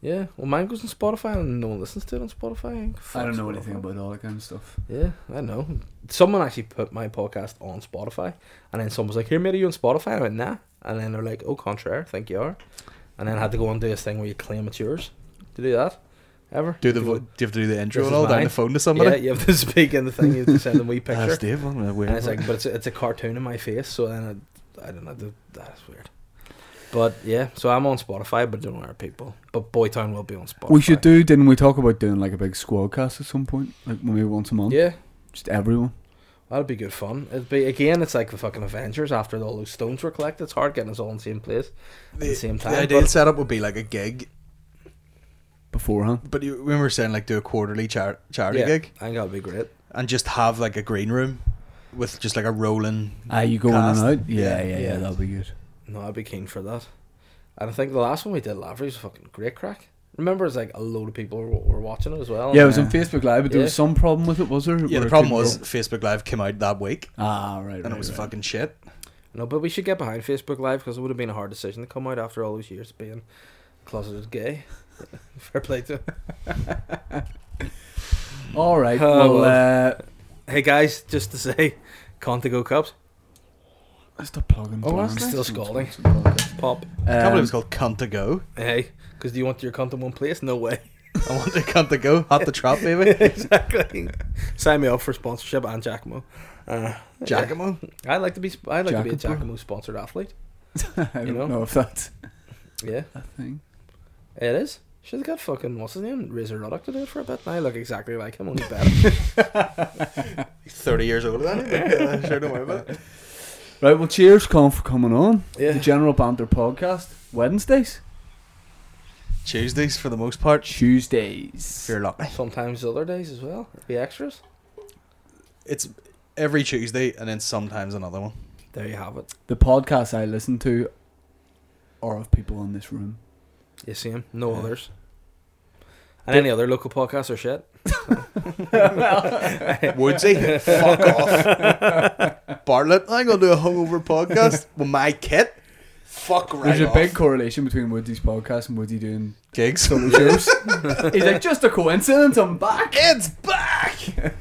B: Yeah, well, mine goes on Spotify and no one listens to it on Spotify.
H: I
B: Fuck
H: don't know anything
B: Spotify.
H: about all that kind of stuff.
B: Yeah, I know. Someone actually put my podcast on Spotify, and then someone was like, "Here, mate, are you on Spotify?" I went, "Nah," and then they're like, "Oh, contraire, I think you are," and then I had to go and do this thing where you claim it's yours. To do that, ever?
C: Do the
B: You
C: vo- do you have to do the intro
B: This
C: and
B: is
C: all down
B: mine.
C: the phone to
B: Yeah,
C: somebody?
B: you have to speak in the thing. You have to send them a wee
C: Ah,
B: picture,
C: Steve, I'm a weird
B: and it's
C: one.
B: like, but it's a, it's a cartoon in my face. So then I, I don't know. th- That's weird. But yeah, so I'm on Spotify, but don't worry, people. But Boytown will be on Spotify.
H: We should do, didn't we talk about doing like a big squadcast at some point? Like maybe once a month?
B: Yeah,
H: Just everyone.
B: That'd be good fun. It'd be again. It's like the fucking Avengers after all those stones were collected. It's hard getting us all in the same place at the, same time.
C: The ideal
B: but-
C: setup would be like a gig,
H: Beforehand.
C: but you, when we were saying like do a quarterly char- charity
B: yeah,
C: gig
B: I think that'd be great.
C: and just have like a green room with just like a rolling.
H: Ah, you go in and
C: Cast.
H: out? Yeah, yeah, yeah,
B: yeah.
H: that'll be good.
B: No, I'd be keen for that. And I think the last one we did, Lavery, was fucking great crack. Remember, it's like a load of people were, were watching it as well.
H: Yeah, it was
B: And
H: on Facebook Live, but there was
B: Yeah.
H: some problem with it, was there?
C: Yeah,
H: Where
C: the
H: it
C: problem
H: couldn't
C: was
H: go?
C: Facebook Live came out that week
H: Ah, right. right
C: and it was
H: right.
C: fucking shit.
B: no, but we should get behind Facebook Live because it would have been a hard decision to come out after all those years of being closeted gay. Fair play to. him.
H: All right.
B: Oh,
H: well, uh,
B: Hey guys, just to say, Contigo Cups
H: I stopped uh, plugging.
B: Oh,
H: Brian.
B: that's nice. Still scalding. pop.
C: I can't believe
H: Um,
C: it's called Cunt to Go.
B: Hey, because do you want your cunt in one place? No way.
C: I want the Cunt to Go. Hot the trap, baby.
B: exactly. Sign me up for sponsorship and Giacomo. Uh,
C: Giacomo.
B: I'd like to be. sp- I'd like to be a
H: Giacomo.
B: Giacomo sponsored athlete.
H: I don't
B: you know?
H: know. if that's
B: Yeah,
H: a thing.
B: it is. She's got fucking what's his name, Razor Ruddock to do it for a bit, and I look exactly like him, only better.
C: 30 years older than him. sure, don't worry about it.
H: Right. Well, cheers, Con, for coming on.
B: Yeah.
H: The General Banter podcast Wednesdays,
C: Tuesdays for the most part. If
H: Tuesdays.
C: you're lucky.
B: Sometimes other days as well. Be extras.
C: It's every Tuesday and then sometimes another one.
B: There you have it.
H: The podcasts I listen to are of people in this room.
B: You see him. No others. And any other local podcasts or shit.
C: Woodsy, fuck off. Bartlett, I'm going to do a hungover podcast with my kit. Fuck right
H: There's a
C: off.
H: big correlation between Woody's podcast and Woody doing
C: gigs.
H: solo shows. He's like, just a coincidence. I'm back.
C: It's back.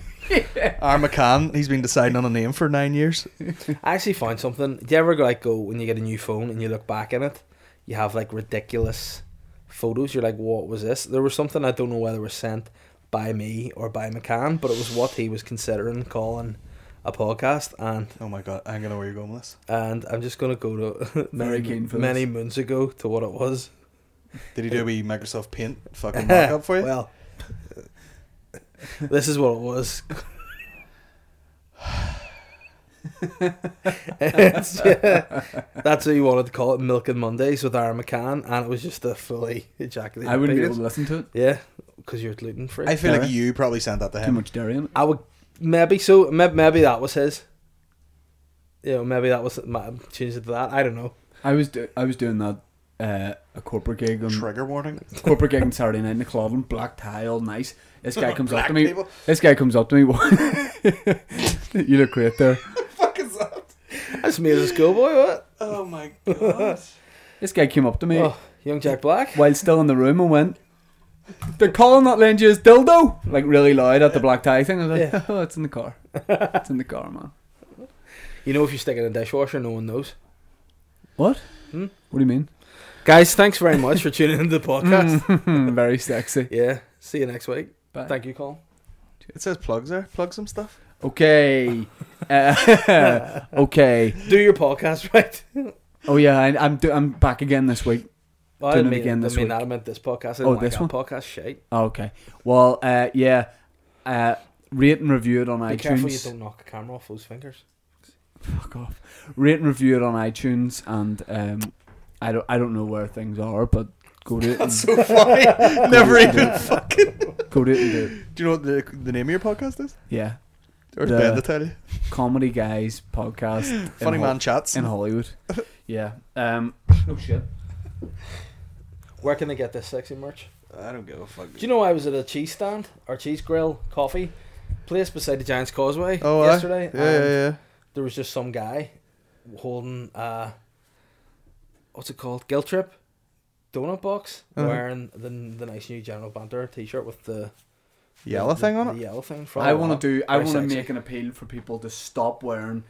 C: R. McCann, he's been deciding on a name for nine years.
B: I actually found something. Do you ever go like go when you get a new phone and you look back in it, you have like ridiculous photos. You're like, what was this? There was something I don't know whether it was sent by me or by McCann, but it was what he was considering calling a podcast. And
C: Oh my god, I ain't gonna know where you're going with this.
B: and I'm just gonna go to many,
H: Very keen for
B: many
H: this.
B: moons ago to what it was.
C: Did he do a wee Microsoft Paint fucking mock-up for you?
B: Well, this is what it was. It's- yeah, that's what you wanted to call it, Milking Mondays with Aaron McCann, and it was just a fully ejaculated.
H: I wouldn't be able
B: penis.
H: to listen to it.
B: Yeah, because you're gluten free.
C: I
B: I
C: feel like
H: Yeah.
C: you probably sent that to
H: Too
C: him.
H: much dairy in it.
B: would maybe so. Maybe, maybe that was his. You know, maybe that was ma- changed it to that. I don't know.
H: I was do- I was doing that uh, a corporate gig on
C: Trigger warning.
H: corporate gig on Saturday night in the club and black tie, all nice. This guy comes up
C: Black
H: to me.
C: people.
H: This guy comes up to me. you look great there.
C: fuck is that?
B: That's me as a schoolboy. What?
C: Oh my god.
H: This guy came up to me
B: Oh, young Jack Black.
H: while still in the room and went, "They're calling that Lindy as dildo," like really loud at the black tie thing. I was like,
B: Yeah.
H: "Oh, it's in the car. It's in the car, man."
B: You know, if you stick it in a dishwasher, no one knows.
H: What? What do you mean?
B: Guys, thanks very much for tuning into the podcast.
H: Very sexy.
B: yeah, see you next week.
H: Bye.
B: Thank you, Colin.
C: It says plugs there. Plug some stuff.
H: Okay. Uh, okay.
B: Do your podcast right.
H: Oh yeah, I, I'm do- I'm back again this week.
B: Well, I
H: Doing it
B: didn't mean,
H: again
B: I
H: this
B: mean
H: week.
B: that. I meant this podcast. I didn't
H: Oh,
B: like
H: this
B: that
H: one?
B: podcast shit.
H: Oh, Okay. Well, uh, yeah. Uh, rate and review it on
B: Be
H: iTunes.
B: careful you don't knock a camera off those fingers.
H: Fuck off. Rate and review it on iTunes, and um, I don't I don't know where things are, but go to it. And,
C: So funny. Never
H: e-
C: even fucking.
H: go to it and do it.
C: Do you know what the, the name of your podcast is?
H: Yeah,
C: Or
H: The-
C: the, Ben to tell you?
H: comedy guys podcast. in
C: Funny
H: Hol-
C: Man Chats.
H: in Hollywood. Yeah. Um. Oh shit.
B: Where can they get this sexy merch?
C: I don't give a fuck.
B: Do you know I was at a cheese stand or cheese grill coffee place beside the Giants Causeway
C: Oh, aye.
B: yesterday?
C: Yeah, yeah,
B: and
C: yeah.
B: There was just some guy holding uh, what's it called? Guilt Trip donut box,
C: Uh-huh.
B: wearing the the nice new General Banter T-shirt with the
C: Yellow
B: the-
C: thing on
B: the
C: it.
B: yellow thing. From
C: Oh,
H: I
C: uh,
H: want to do. I
B: Very
H: want to
B: sexy.
H: make an appeal for people to stop wearing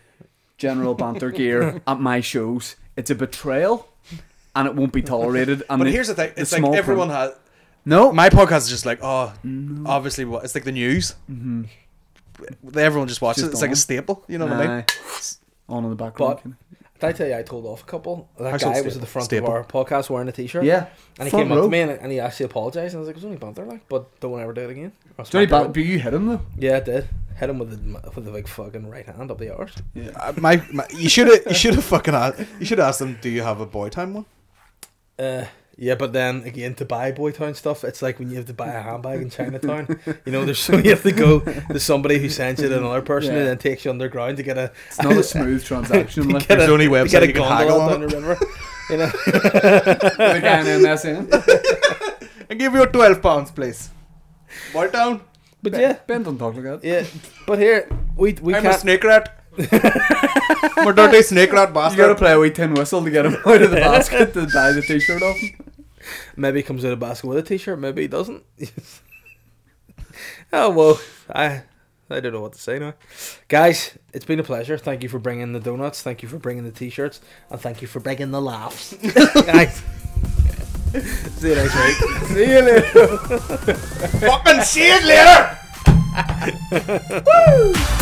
H: general banter gear at my shows. It's a betrayal, and it won't be tolerated. And
C: But
H: the-
C: here's the thing.
H: the
C: It's like
H: small
C: everyone
H: print-
C: has.
H: No,
C: My podcast is just like, oh, obviously, what? It's like the news. Mm-hmm. Everyone just watches
H: Just
C: it. It's like
H: on.
C: a staple. You know what I mean?
H: Aye. on in the background.
B: But- Did I tell you I told off a couple? That
C: Household
B: guy was
C: staple.
B: at the front
C: Staple.
B: of our podcast wearing a t-shirt.
H: yeah,
B: And he
H: front
B: came up
H: row.
B: to me and, and he actually apologised and I was like, it was only banter like, but don't ever do it again. Or
H: Johnny,
B: smack
H: Bat-
B: him.
H: but you hit him though.
B: Yeah, I did. Hit him with the with the big fucking right hand up the arse.
C: Uh, my, my, you should have. You should have fucking. Asked, you should ask them. Do you have a boy time one?
B: Uh, yeah, but then again, to buy Boytown stuff, it's like when you have to buy a handbag in Chinatown. you know, there's so you have to go to somebody who sends you to another person
H: Yeah.
B: and then takes you underground to get a
H: It's not a smooth transaction. like
B: get
C: There's
B: a,
C: only
B: to
C: website
B: get a
C: you can
B: gondola
C: haggle on
B: down the river. You know.
H: the guy in MSN.
C: I give you twelve pounds, please. Boy town.
B: But yeah,
H: Ben don't talk like that.
B: yeah. But here we we
C: I'm a
B: can't.
C: snake rat. I'm a dirty snake rat
H: You gotta
C: bastard.
H: play a wee tin whistle to get him out of the basket to buy the t-shirt off. him.
B: Maybe he comes out of basket with a t-shirt. Maybe he doesn't. oh well, I I don't know what to say now, guys. It's been a pleasure. Thank you for bringing the donuts. Thank you for bringing the t-shirts, and thank you for bringing the laughs, guys. See you next week.
H: See you later.
C: Fucking see it later.